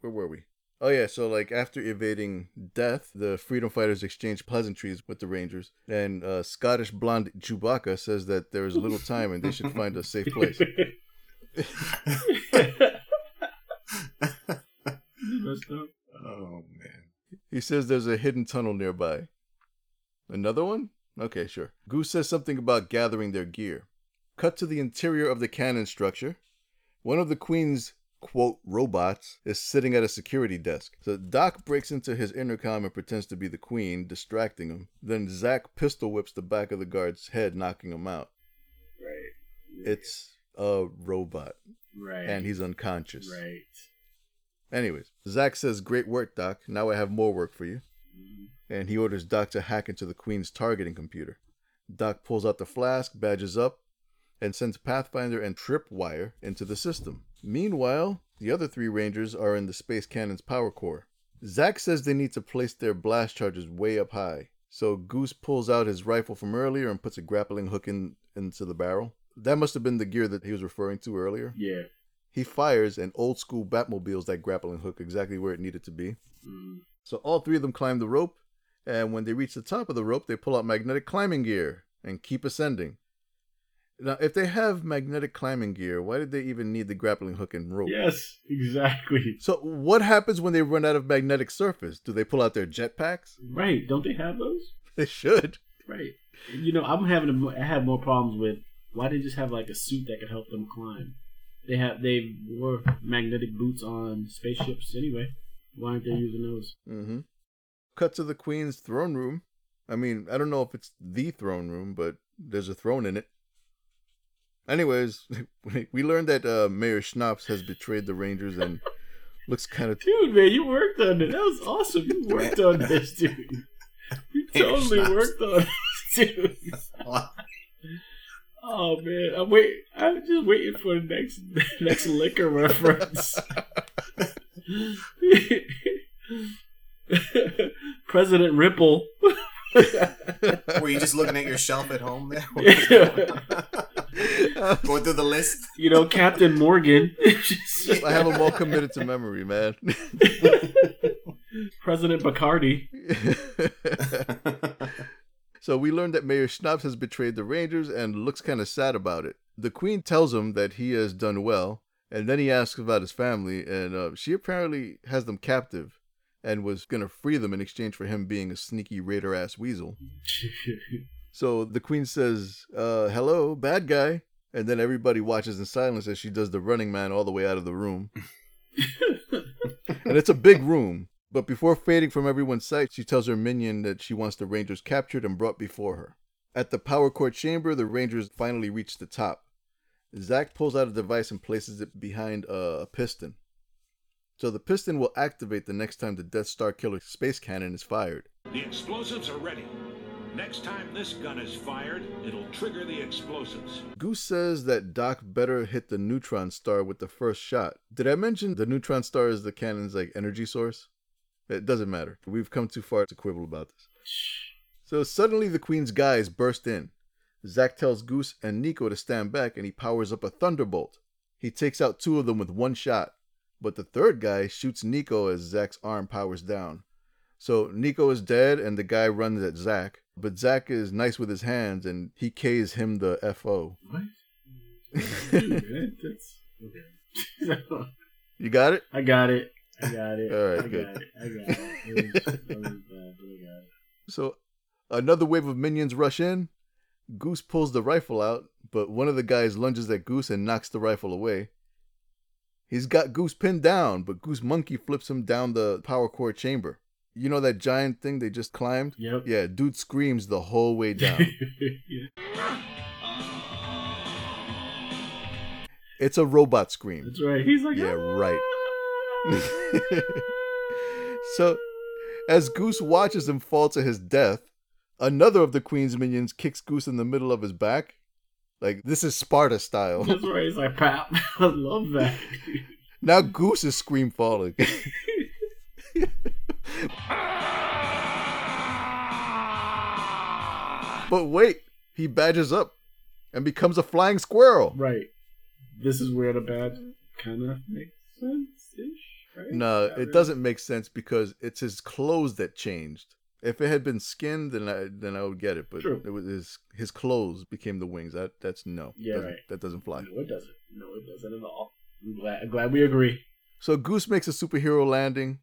Speaker 1: Where were we? Oh yeah, so like after evading death, the freedom fighters exchange pleasantries with the Rangers, and uh, Scottish blonde Chewbacca says that there is little time and they should find a safe place.
Speaker 2: Messed up.
Speaker 3: Oh man.
Speaker 1: He says there's a hidden tunnel nearby. Another one? Okay, sure. Goose says something about gathering their gear. Cut to the interior of the cannon structure. One of the Queen's, quote, robots is sitting at a security desk. So Doc breaks into his intercom and pretends to be the Queen, distracting him. Then Zack pistol whips the back of the guard's head, knocking him out.
Speaker 2: Right.
Speaker 1: It's a robot,
Speaker 2: Right.
Speaker 1: and he's unconscious.
Speaker 2: right.
Speaker 1: Anyways, Zack says, Great work, Doc. Now I have more work for you. And he orders Doc to hack into the Queen's targeting computer. Doc pulls out the flask, badges up, and sends Pathfinder and Tripwire into the system. Meanwhile, the other three Rangers are in the space cannon's power core. Zack says they need to place their blast charges way up high. So Goose pulls out his rifle from earlier and puts a grappling hook in, into the barrel. That must have been the gear that he was referring to earlier.
Speaker 2: Yeah.
Speaker 1: He fires and old school Batmobiles that grappling hook exactly where it needed to be.
Speaker 2: Mm.
Speaker 1: So all three of them climb the rope, and when they reach the top of the rope, they pull out magnetic climbing gear and keep ascending. Now, if they have magnetic climbing gear, why did they even need the grappling hook and rope?
Speaker 2: Yes. Exactly.
Speaker 1: So what happens when they run out of magnetic surface? Do they pull out their jetpacks?
Speaker 2: Right. Don't they have those?
Speaker 1: They should.
Speaker 2: Right. You know, I'm having a, I have more problems with Why didn't they just have like a suit that could help them climb? They have they wore magnetic boots on spaceships anyway. Why aren't they using those?
Speaker 1: Mm-hmm. Cut to the queen's throne room. I mean, I don't know if it's the throne room, but there's a throne in it. Anyways, we- we learned that uh, Mayor Schnapps has betrayed the Rangers and looks kind of
Speaker 2: Dude, man, you worked on it. That was awesome. You worked on this, dude. You totally worked on this, dude. Oh man, I'm wait. I'm just waiting for the next next liquor reference. President Ripple.
Speaker 3: Were you just looking at your shelf at home there?
Speaker 1: I
Speaker 3: Going through the list?
Speaker 2: you know, Captain Morgan.
Speaker 1: have them all committed to memory, man.
Speaker 2: President Bacardi.
Speaker 1: so we learned that Mayor Schnapps has betrayed the Rangers and looks kind of sad about it. The Queen tells him that he has done well, and then he asks about his family, and uh, she apparently has them captive and was going to free them in exchange for him being a sneaky raider ass weasel. So the Queen says, uh, hello, bad guy. And then everybody watches in silence as she does the running man all the way out of the room. and it's a big room. But before fading from everyone's sight, she tells her minion that she wants the Rangers captured and brought before her. At the power core chamber, the Rangers finally reach the top. Zack pulls out a device and places it behind a piston. So the piston will activate the next time the Death Star Killer space cannon is fired.
Speaker 5: The explosives are ready. Next time this gun is fired, it'll trigger the explosives.
Speaker 1: Goose says that Doc better hit the neutron star with the first shot. Did I mention the neutron star is the cannon's like energy source? It doesn't matter. We've come too far to quibble about this. So suddenly the queen's guys burst in. Zack tells Goose and Nico to stand back and he powers up a thunderbolt. He takes out two of them with one shot, but the third guy shoots Nico as Zack's arm powers down. So Nico is dead and the guy runs at Zack, but Zack is nice with his hands and he K's him the FO.
Speaker 2: What? Dude, man, that's okay.
Speaker 1: You got it?
Speaker 2: I got it. I got it.
Speaker 1: All right,
Speaker 2: I
Speaker 1: good.
Speaker 2: got it. I got it. It was- it was bad, but I got it.
Speaker 1: So another wave of minions rush in. Goose pulls the rifle out, but one of the guys lunges at Goose and knocks the rifle away. He's got Goose pinned down, but Goose Monkey flips him down the power core chamber. You know that giant thing they just climbed?
Speaker 2: Yep.
Speaker 1: Yeah, dude screams the whole way down.
Speaker 2: Yeah.
Speaker 1: it's a robot scream.
Speaker 2: That's right. He's like,
Speaker 1: Yeah,
Speaker 2: "Ah."
Speaker 1: right. so, as Goose watches him fall to his death, another of the Queen's minions kicks Goose in the middle of his back. Like, this is Sparta style.
Speaker 2: That's right. He's like, pap. I love that.
Speaker 1: now Goose is scream falling. but wait, he badges up and becomes a flying squirrel.
Speaker 2: right. This is where the bad kind of makes sense ish, right?
Speaker 1: No,
Speaker 2: Not
Speaker 1: it
Speaker 2: really.
Speaker 1: doesn't make sense because it's his clothes that changed. If it had been skin, then I then I would get it. But
Speaker 2: True.
Speaker 1: it was his his clothes became the wings. That that's no.
Speaker 2: Yeah,
Speaker 1: Doesn't-
Speaker 2: right.
Speaker 1: That doesn't fly.
Speaker 2: No, it doesn't. No, it doesn't at all. I'm glad, I'm glad we agree.
Speaker 1: So Goose makes a superhero landing.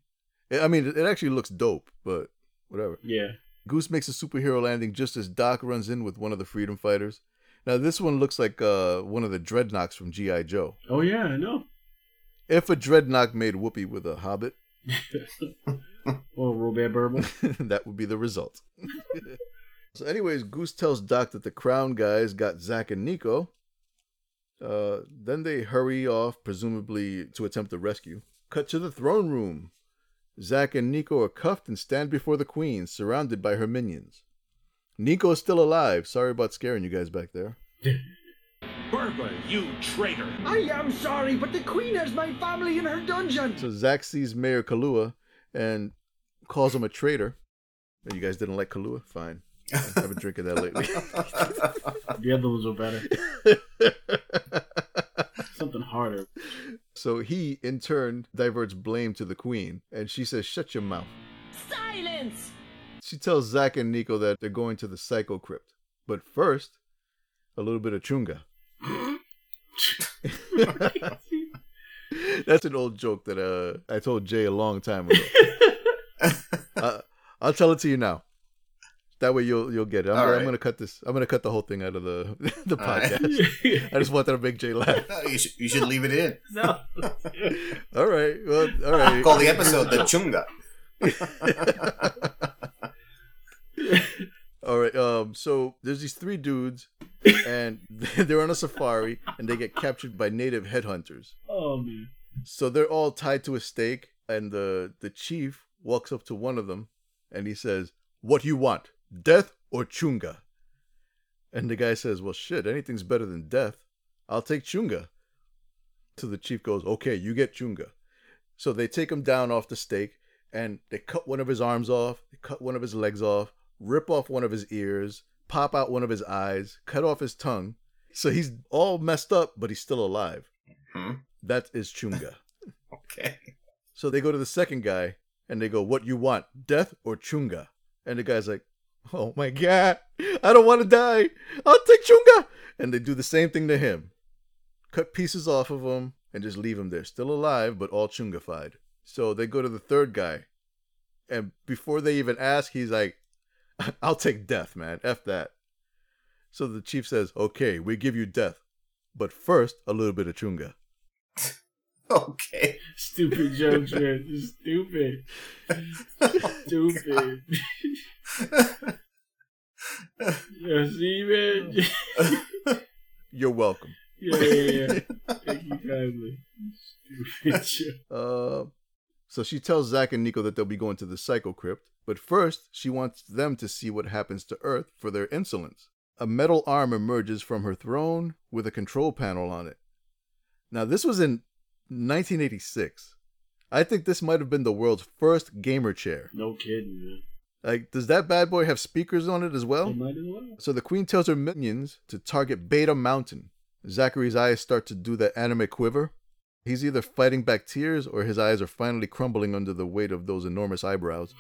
Speaker 1: I I mean, it actually looks dope, but whatever.
Speaker 2: Yeah.
Speaker 1: Goose makes a superhero landing just as Doc runs in with one of the Freedom Fighters. Now this one looks like uh, one of the Dreadnoughts from GI Joe.
Speaker 2: Oh, yeah, I know.
Speaker 1: If a Dreadnought made Whoopi with a Hobbit,
Speaker 2: Well, Robert Burble.
Speaker 1: that would be the result. so, anyways, Goose tells Doc that the Crown guys got Zack and Nico. Uh, then they hurry off, presumably to attempt the rescue. Cut to the throne room. Zack and Nico are cuffed and stand before the Queen, surrounded by her minions. Nico is still alive. Sorry about scaring you guys back there.
Speaker 5: Berba, you traitor!
Speaker 7: I am sorry, but the queen has my family in her dungeon.
Speaker 1: So Zack sees Mayor Kalua and calls him a traitor. And you guys didn't like Kalua? Fine. I've been drinking that lately.
Speaker 2: the other ones were better. Something harder.
Speaker 1: So he, in turn, diverts blame to the queen, and she says, Shut your mouth.
Speaker 4: Silence!
Speaker 1: She tells Zack and Nico that they're going to the psycho crypt. But first, a little bit of chunga. That's an old joke that uh, I told Jay a long time ago. uh, I'll tell it to you now. That way you'll you'll get it. I'm,
Speaker 3: All
Speaker 1: gonna-
Speaker 3: right.
Speaker 1: I'm gonna cut this. I'm gonna cut the whole thing out of the the
Speaker 3: All right.
Speaker 1: podcast. I just wanted to make Jay laugh.
Speaker 3: No, you should you should leave it in.
Speaker 2: no.
Speaker 1: All right. Well, all right.
Speaker 3: Call the episode the Chunga.
Speaker 1: All right. Um. So there's these three dudes, and they're on a safari, and they get captured by native headhunters.
Speaker 2: Oh man.
Speaker 1: So they're all tied to a stake, and the the chief walks up to one of them, and he says, "What do you want? Death or chunga?" And the guy says, "Well, shit, anything's better than death. I'll take chunga." So the chief goes, "Okay, you get chunga." So they take him down off the stake, and they cut one of his arms off, they cut one of his legs off, rip off one of his ears, pop out one of his eyes, cut off his tongue. So he's all messed up, but he's still alive.
Speaker 3: Hmm.
Speaker 1: That is chunga.
Speaker 3: Okay.
Speaker 1: So they go to the second guy and they go, What you want, death or chunga? And the guy's like, Oh my God, I don't want to die. I'll take chunga. And they do the same thing to him cut pieces off of him and just leave him there, still alive, but all chungafied. So they go to the third guy. And before they even ask, he's like, I'll take death, man. F that. So the chief says, Okay, we give you death, but first a little bit of chunga.
Speaker 3: Okay.
Speaker 2: Stupid jokes, man. Just stupid. Stupid. yeah, see, man.
Speaker 1: You're welcome.
Speaker 2: yeah, yeah, yeah. Thank you kindly. Stupid joke.
Speaker 1: Uh, so she tells Zack and Nico that they'll be going to the Psycho Crypt, but first she wants them to see what happens to Earth for their insolence. A metal arm emerges from her throne with a control panel on it. Now, this was in 1986. I think this might have been the world's first gamer chair.
Speaker 2: No kidding, man.
Speaker 1: Like, does that bad boy have speakers on it as well?
Speaker 2: They might as well.
Speaker 1: So the queen tells her minions to target Beta Mountain. Zachary's eyes start to do that anime quiver. He's either fighting back tears or his eyes are finally crumbling under the weight of those enormous eyebrows.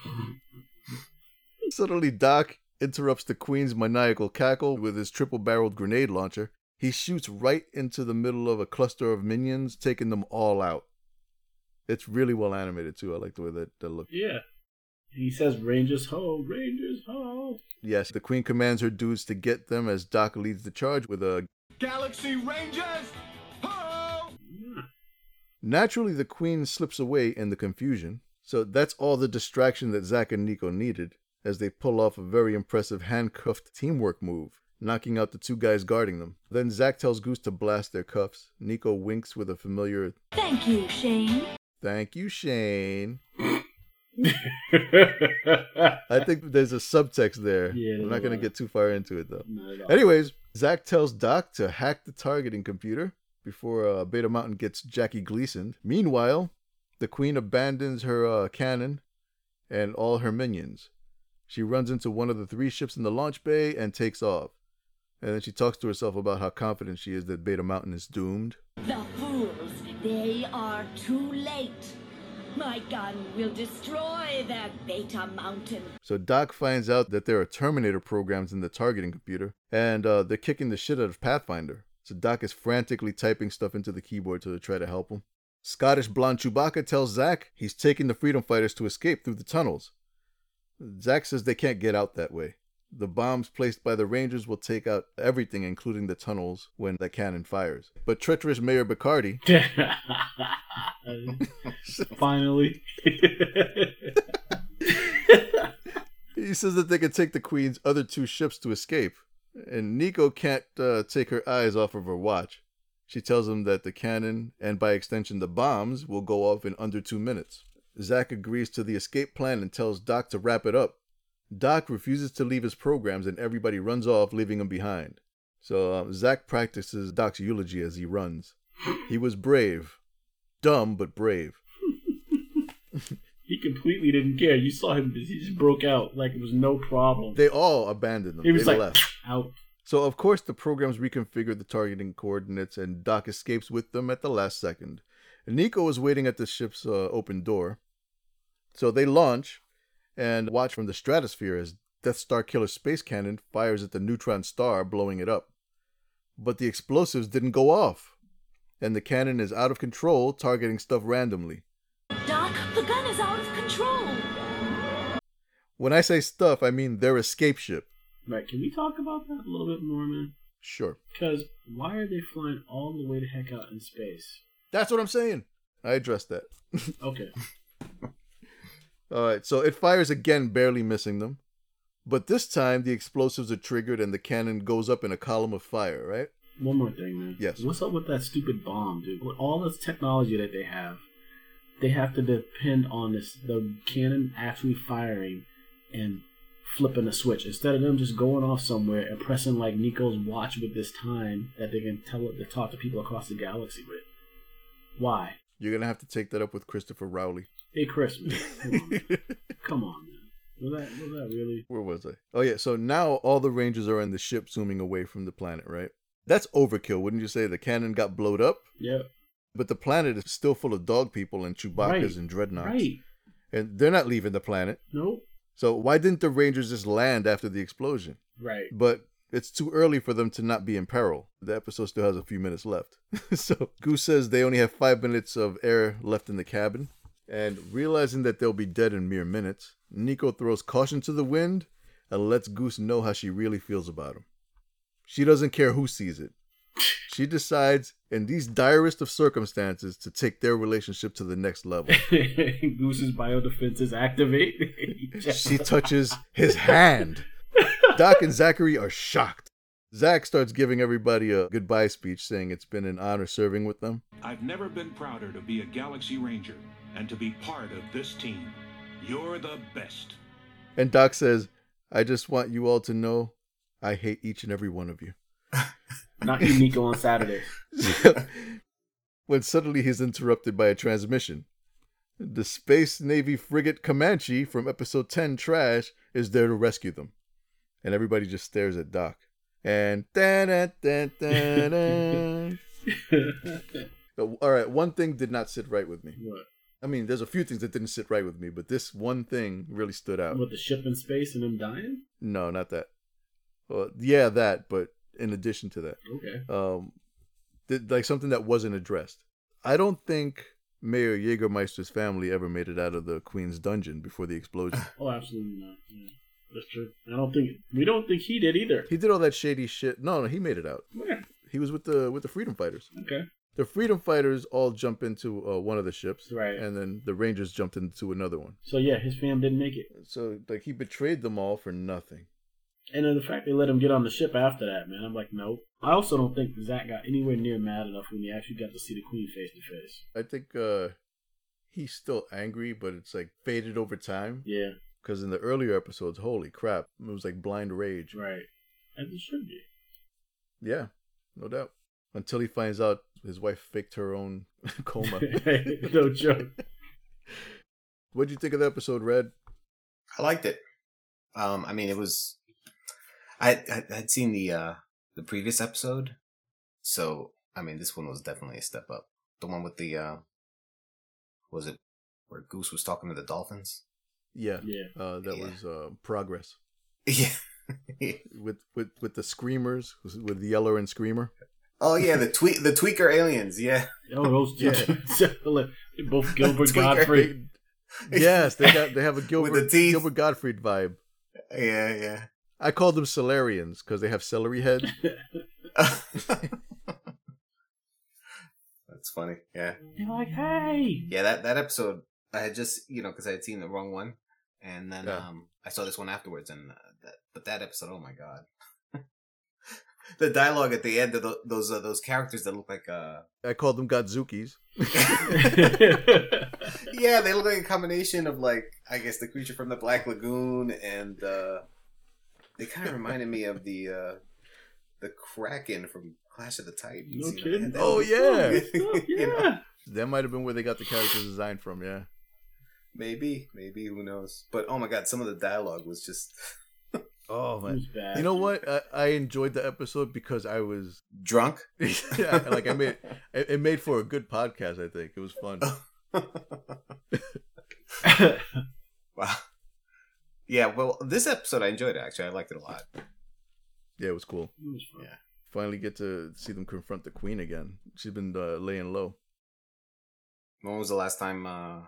Speaker 1: Suddenly, Doc interrupts the queen's maniacal cackle with his triple barreled grenade launcher. He shoots right into the middle of a cluster of minions, taking them all out. It's really well animated, too. I like the way that, that looks.
Speaker 2: Yeah. He says, Rangers ho, Rangers ho.
Speaker 1: Yes, the queen commands her dudes to get them as Doc leads the charge with a
Speaker 6: Galaxy Rangers! Ho!
Speaker 2: Yeah.
Speaker 1: Naturally, the queen slips away in the confusion, so that's all the distraction that Zack and Nico needed as they pull off a very impressive handcuffed teamwork move, knocking out the two guys guarding them. Then Zack tells Goose to blast their cuffs. Nico winks with a familiar,
Speaker 8: Thank you, Shane.
Speaker 1: Thank you, Shane.
Speaker 2: Not
Speaker 1: I think there's a subtext there.
Speaker 2: Yeah,
Speaker 1: I'm not going to
Speaker 2: yeah.
Speaker 1: get too far into it, though.
Speaker 2: at all.
Speaker 1: Anyways, Zack tells Doc to hack the targeting computer before uh, Beta Mountain gets Jackie Gleason. Meanwhile, the Queen abandons her uh, cannon and all her minions. She runs into one of the three ships in the launch bay and takes off. And then she talks to herself about how confident she is that Beta Mountain is doomed.
Speaker 8: The fools, they are too late.
Speaker 4: My gun will destroy that Beta Mountain.
Speaker 1: So Doc finds out that there are Terminator programs in the targeting computer, and uh, they're kicking the shit out of Pathfinder. So Doc is frantically typing stuff into the keyboard to try to help him. Scottish blonde Chewbacca tells Zack he's taking the freedom fighters to escape through the tunnels. Zack says they can't get out that way. The bombs placed by the Rangers will take out everything, including the tunnels, when the cannon fires. But treacherous Mayor Bacardi
Speaker 2: Finally.
Speaker 1: He says that they can take the queen's other two ships to escape, and Nico can't uh, take her eyes off of her watch. She tells him that the cannon, and by extension the bombs, will go off in under two minutes. Zack agrees to the escape plan and tells Doc to wrap it up. Doc refuses to leave his programs, and everybody runs off, leaving him behind. So um, Zack practices Doc's eulogy as he runs. He was brave, dumb but brave.
Speaker 2: he completely didn't care. You saw him, he just broke out like it was no problem.
Speaker 1: They all abandoned him.
Speaker 2: he was
Speaker 1: they
Speaker 2: like,
Speaker 1: left.
Speaker 2: out.
Speaker 1: So, of course, the programs reconfigure the targeting coordinates, and Doc escapes with them at the last second. Nico is waiting at the ship's uh, open door. So they launch and watch from the stratosphere as Death Star Killer space cannon fires at the neutron star, blowing it up. But the explosives didn't go off, and the cannon is out of control, targeting stuff randomly.
Speaker 8: Doc, the gun is out of control.
Speaker 1: When I say stuff, I mean their escape ship.
Speaker 2: Right? Can we talk about that a little bit more, man?
Speaker 1: Sure.
Speaker 2: Because why are they flying all the way the heck out in space?
Speaker 1: That's what I'm saying. I addressed that.
Speaker 2: Okay.
Speaker 1: All right, so it fires again, barely missing them. But this time, the explosives are triggered and the cannon goes up in a column of fire, right?
Speaker 2: One more thing, man.
Speaker 1: Yes.
Speaker 2: What's up with that stupid bomb, dude? With all this technology that they have, they have to depend on this the cannon actually firing and flipping a switch instead of them just going off somewhere and pressing like Nico's watch with this time that they can tell to talk to people across the galaxy with. Why?
Speaker 1: You're going to have to take that up with Christopher Rowley.
Speaker 2: Hey, Christmas. Come on, man. Come on, man. Was that, was that really?
Speaker 1: Where was I? Oh, yeah, so now all the Rangers are in the ship zooming away from the planet, right? That's overkill, wouldn't you say? The cannon got blowed up,
Speaker 2: Yep.
Speaker 1: but the planet is still full of dog people and Chewbacca's
Speaker 2: Right.
Speaker 1: and dreadnoughts.
Speaker 2: Right.
Speaker 1: And they're not leaving the planet.
Speaker 2: Nope.
Speaker 1: So why didn't the Rangers just land after the explosion?
Speaker 2: Right.
Speaker 1: but it's too early for them to not be in peril. The episode still has a few minutes left. so Goose says they only have five minutes of air left in the cabin. And realizing that they'll be dead in mere minutes, Nico throws caution to the wind and lets Goose know how she really feels about him. She doesn't care who sees it. She decides, in these direst of circumstances, to take their relationship to the next level.
Speaker 2: Goose's biodefenses activate.
Speaker 1: She touches his hand. Doc and Zachary are shocked. Zach starts giving everybody a goodbye speech, saying it's been an honor serving with them.
Speaker 5: I've never been prouder to be a Galaxy Ranger and to be part of this team. You're the best.
Speaker 1: And Doc says, I just want you all to know I hate each and every one of you.
Speaker 2: Not you, Nico, on Saturday.
Speaker 1: when suddenly he's interrupted by a transmission. The Space Navy frigate Comanche from episode 10 Trash is there to rescue them. And everybody just stares at Doc. And da-da-da-da-da. Uh, All right, one thing did not sit right with me.
Speaker 2: what?
Speaker 1: I mean, there's a few things that didn't sit right with me, but this one thing really stood out.
Speaker 2: With the ship in space and them dying?
Speaker 1: No, not that. Well, yeah, that, but in addition to that,
Speaker 2: Okay.
Speaker 1: um, th- like something that wasn't addressed. I don't think Mayor Jägermeister's family ever made it out of the Queen's dungeon before the explosion.
Speaker 2: Oh, absolutely not. Yeah. That's true. I don't think we don't think he did either.
Speaker 1: he did all that shady shit. No, no, he made it out.
Speaker 2: Yeah.
Speaker 1: He was with the with the freedom fighters.
Speaker 2: Okay.
Speaker 1: The freedom fighters all jump into uh, one of the ships,
Speaker 2: Right.
Speaker 1: And then the Rangers jumped into another one.
Speaker 2: So yeah, his fam didn't make it,
Speaker 1: So like he betrayed them all for nothing.
Speaker 2: and then the fact they let him get on the ship after that, man, I'm like, nope. I also don't think Zach got anywhere near mad enough when he actually got to see the Queen face to face.
Speaker 1: I think uh he's still angry, but it's like faded over time.
Speaker 2: Yeah.
Speaker 1: Because in the earlier episodes, holy crap, it was like blind rage.
Speaker 2: Right. As it should be.
Speaker 1: Yeah, no doubt. Until he finds out his wife faked her own coma.
Speaker 2: no joke.
Speaker 1: What'd you think of the episode, Red?
Speaker 3: I liked it. Um, I mean, it was. I I- I'd seen the uh the previous episode, so I mean, this one was definitely a step up. The one with the uh, was it where Goose was talking to the dolphins?
Speaker 1: Yeah.
Speaker 2: Yeah.
Speaker 1: Uh, that
Speaker 3: Yeah.
Speaker 1: was uh, progress
Speaker 3: Yeah.
Speaker 1: with with with the screamers with Yeller and Screamer.
Speaker 3: oh yeah, the tweak the tweaker aliens. Yeah.
Speaker 2: Oh, those two. Both Gilbert
Speaker 3: Tweaker.
Speaker 2: Godfrey.
Speaker 1: Yes, they got they have a Gilbert
Speaker 3: the teeth.
Speaker 1: Gilbert Gottfried vibe.
Speaker 3: Yeah, yeah.
Speaker 1: I call them Solarians because they have celery heads.
Speaker 3: That's funny. Yeah.
Speaker 2: They're like, hey.
Speaker 3: Yeah, that that episode I had just, you know, cuz I had seen the wrong one and then
Speaker 1: Yeah.
Speaker 3: um I saw this one afterwards and uh, that, but that episode, oh my god. the dialogue at the end of tho- those uh, those characters that look like uh
Speaker 1: I call them Godzukis.
Speaker 3: yeah, they look like a combination of like I guess the creature from the black lagoon and uh they kind of reminded me of the uh the Kraken from Clash of the Titans.
Speaker 2: No
Speaker 3: you know, they
Speaker 2: kidding.
Speaker 3: had that-
Speaker 1: Oh yeah,
Speaker 3: You know?
Speaker 2: yeah.
Speaker 1: that might have been where they got the character design from. Yeah.
Speaker 3: Maybe, maybe who knows? But oh my god, some of the dialogue was just
Speaker 1: Oh
Speaker 2: It was bad.
Speaker 1: You know what? I, I enjoyed the episode because I was
Speaker 3: drunk.
Speaker 1: yeah, like I made it, it made for a good podcast. I think it was fun.
Speaker 3: wow. Yeah, well, this episode I enjoyed it actually. I liked it a lot.
Speaker 1: Yeah, it was cool.
Speaker 2: It was fun.
Speaker 1: Finally get to see them confront the queen again. She's been uh, laying low.
Speaker 3: When was the last time uh,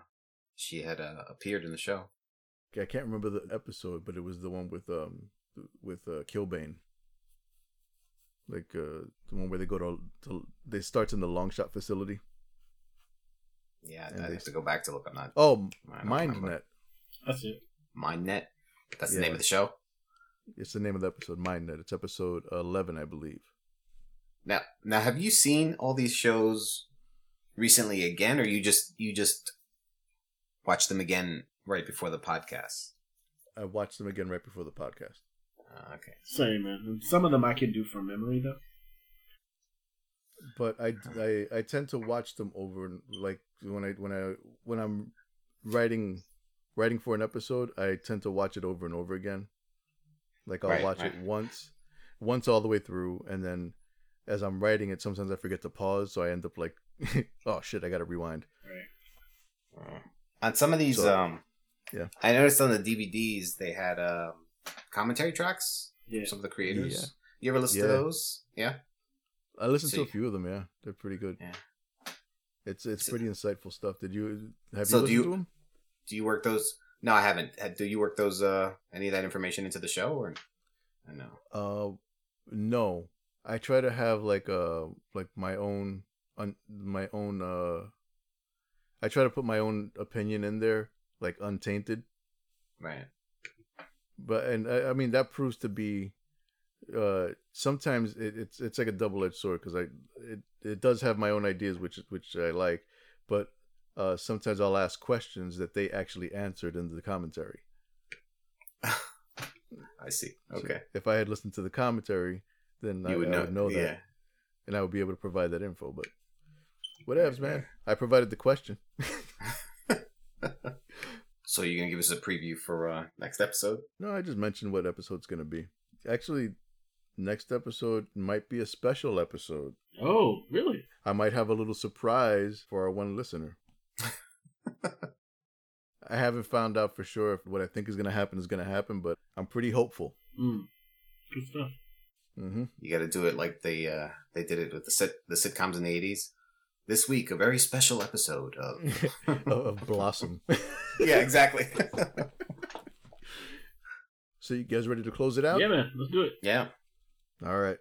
Speaker 3: she had uh, appeared in the show?
Speaker 1: I can't remember the episode, but it was the one with um with uh, Kilbane. Like uh, the one where they go to, to they start in the long shot facility.
Speaker 3: Yeah,
Speaker 1: And
Speaker 3: I
Speaker 1: they-
Speaker 3: have to go back to look. I'm not.
Speaker 1: Oh,
Speaker 3: I don't remember.
Speaker 1: MindNet.
Speaker 2: That's it.
Speaker 3: MindNet. That's the
Speaker 1: Yeah.
Speaker 3: name of the show.
Speaker 1: It's the name of the episode. MindNet. It's episode eleven, I believe.
Speaker 3: Now, now, have you seen all these shows recently again, or you just you just watched them again right before the podcast?
Speaker 1: I watched them again right before the podcast.
Speaker 3: Uh, okay.
Speaker 2: Same, man. Some of them I can do from memory, though.
Speaker 1: but I,
Speaker 3: Uh-huh.
Speaker 1: I I tend to watch them over and, like when I when I when I'm writing writing for an episode, I tend to watch it over and over again. Like I'll
Speaker 3: Right,
Speaker 1: watch it
Speaker 3: right.
Speaker 1: once, once all the way through, and then as I'm writing it, sometimes I forget to pause, so I end up like, oh shit, I gotta rewind.
Speaker 2: Right.
Speaker 3: Uh, on some of these,
Speaker 1: So-
Speaker 3: um,
Speaker 1: yeah.
Speaker 3: I noticed on the DVDs they had um, commentary tracks.
Speaker 2: Yeah.
Speaker 3: from Some of the creators.
Speaker 1: Yeah.
Speaker 3: You ever listen
Speaker 1: Yeah.
Speaker 3: to those? Yeah.
Speaker 1: I listened to a
Speaker 3: See.
Speaker 1: few of them. Yeah, they're pretty good.
Speaker 3: Yeah.
Speaker 1: It's it's
Speaker 3: So-
Speaker 1: pretty insightful stuff. Did you have
Speaker 3: So
Speaker 1: you
Speaker 3: do
Speaker 1: listened
Speaker 3: you-
Speaker 1: to them?
Speaker 3: Do you work those? No, I haven't. Uh, Do you work those? Uh, any of that information into the show, or I know.
Speaker 1: Uh, no. I try to have like uh like my own un, my own uh I try to put my own opinion in there like untainted,
Speaker 3: Right.
Speaker 1: but and I, I mean that proves to be uh sometimes it, it's it's like a double-edged sword because I it, it does have my own ideas which which I like, but uh sometimes I'll ask questions that they actually answered in the commentary.
Speaker 3: I see.
Speaker 1: So
Speaker 3: Okay.
Speaker 1: if I had listened to the commentary, then I, I would know, that
Speaker 3: Yeah.
Speaker 1: and I would be able to provide that info. But whatevs, man. I provided the question.
Speaker 3: So you're gonna give us a preview for uh, next episode?
Speaker 1: No, I just mentioned what episode's gonna be. Actually, next episode might be a special episode.
Speaker 2: Oh, really?
Speaker 1: I might have a little surprise for our one listener. I haven't found out for sure if what I think is gonna happen is gonna happen, but I'm pretty hopeful.
Speaker 2: Mm. Good stuff.
Speaker 1: hmm
Speaker 3: You got to do it like they uh, they did it with the sit- the sitcoms in the '80s. This week, a very special episode of
Speaker 1: of, of blossom.
Speaker 3: yeah, exactly.
Speaker 1: so you guys ready to close it out?
Speaker 2: Yeah, man. Let's do it.
Speaker 3: yeah.
Speaker 1: All right.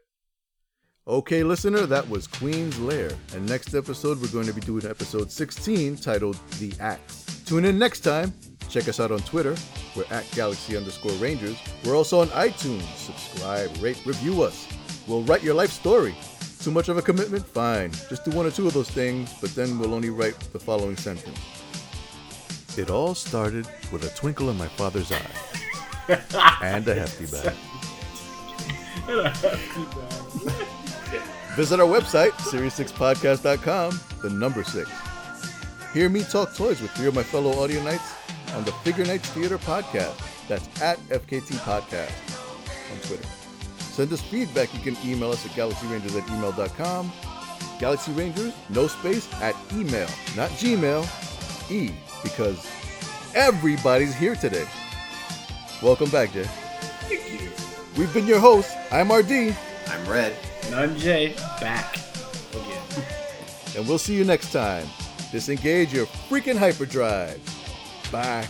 Speaker 1: Okay, listener, that was Queen's Lair. And next episode, we're going to be doing episode 16 titled The Axe. Tune in next time. Check us out on Twitter. We're at galaxy underscore rangers. We're also on iTunes. Subscribe, rate, review us. We'll write your life story. Too much of a commitment? Fine. Just do one or two of those things, but then we'll only write the following sentence. It all started with a twinkle in my father's eye and a hefty bag. Visit our website, series6podcast.com, the number six. Hear me talk toys with three of my fellow audio nights on the Figure Nights Theater podcast. That's at FKT Podcast on Twitter. Send us feedback. You can email us at galaxyrangers at email.com. Galaxy Rangers, no space, at email, not Gmail, E, because everybody's here today. Welcome back, Jay.
Speaker 2: Thank you.
Speaker 1: We've been your hosts. I'm RD,
Speaker 3: I'm red.
Speaker 2: Nun J back again.
Speaker 1: and we'll see you next time. Disengage your freaking hyperdrive. Bye.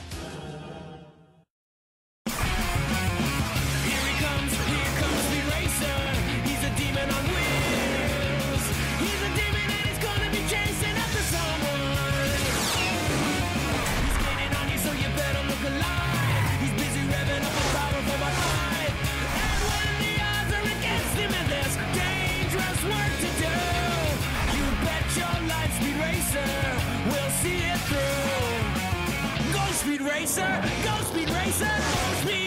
Speaker 9: Racer, go speed racer, go speed racer, go speed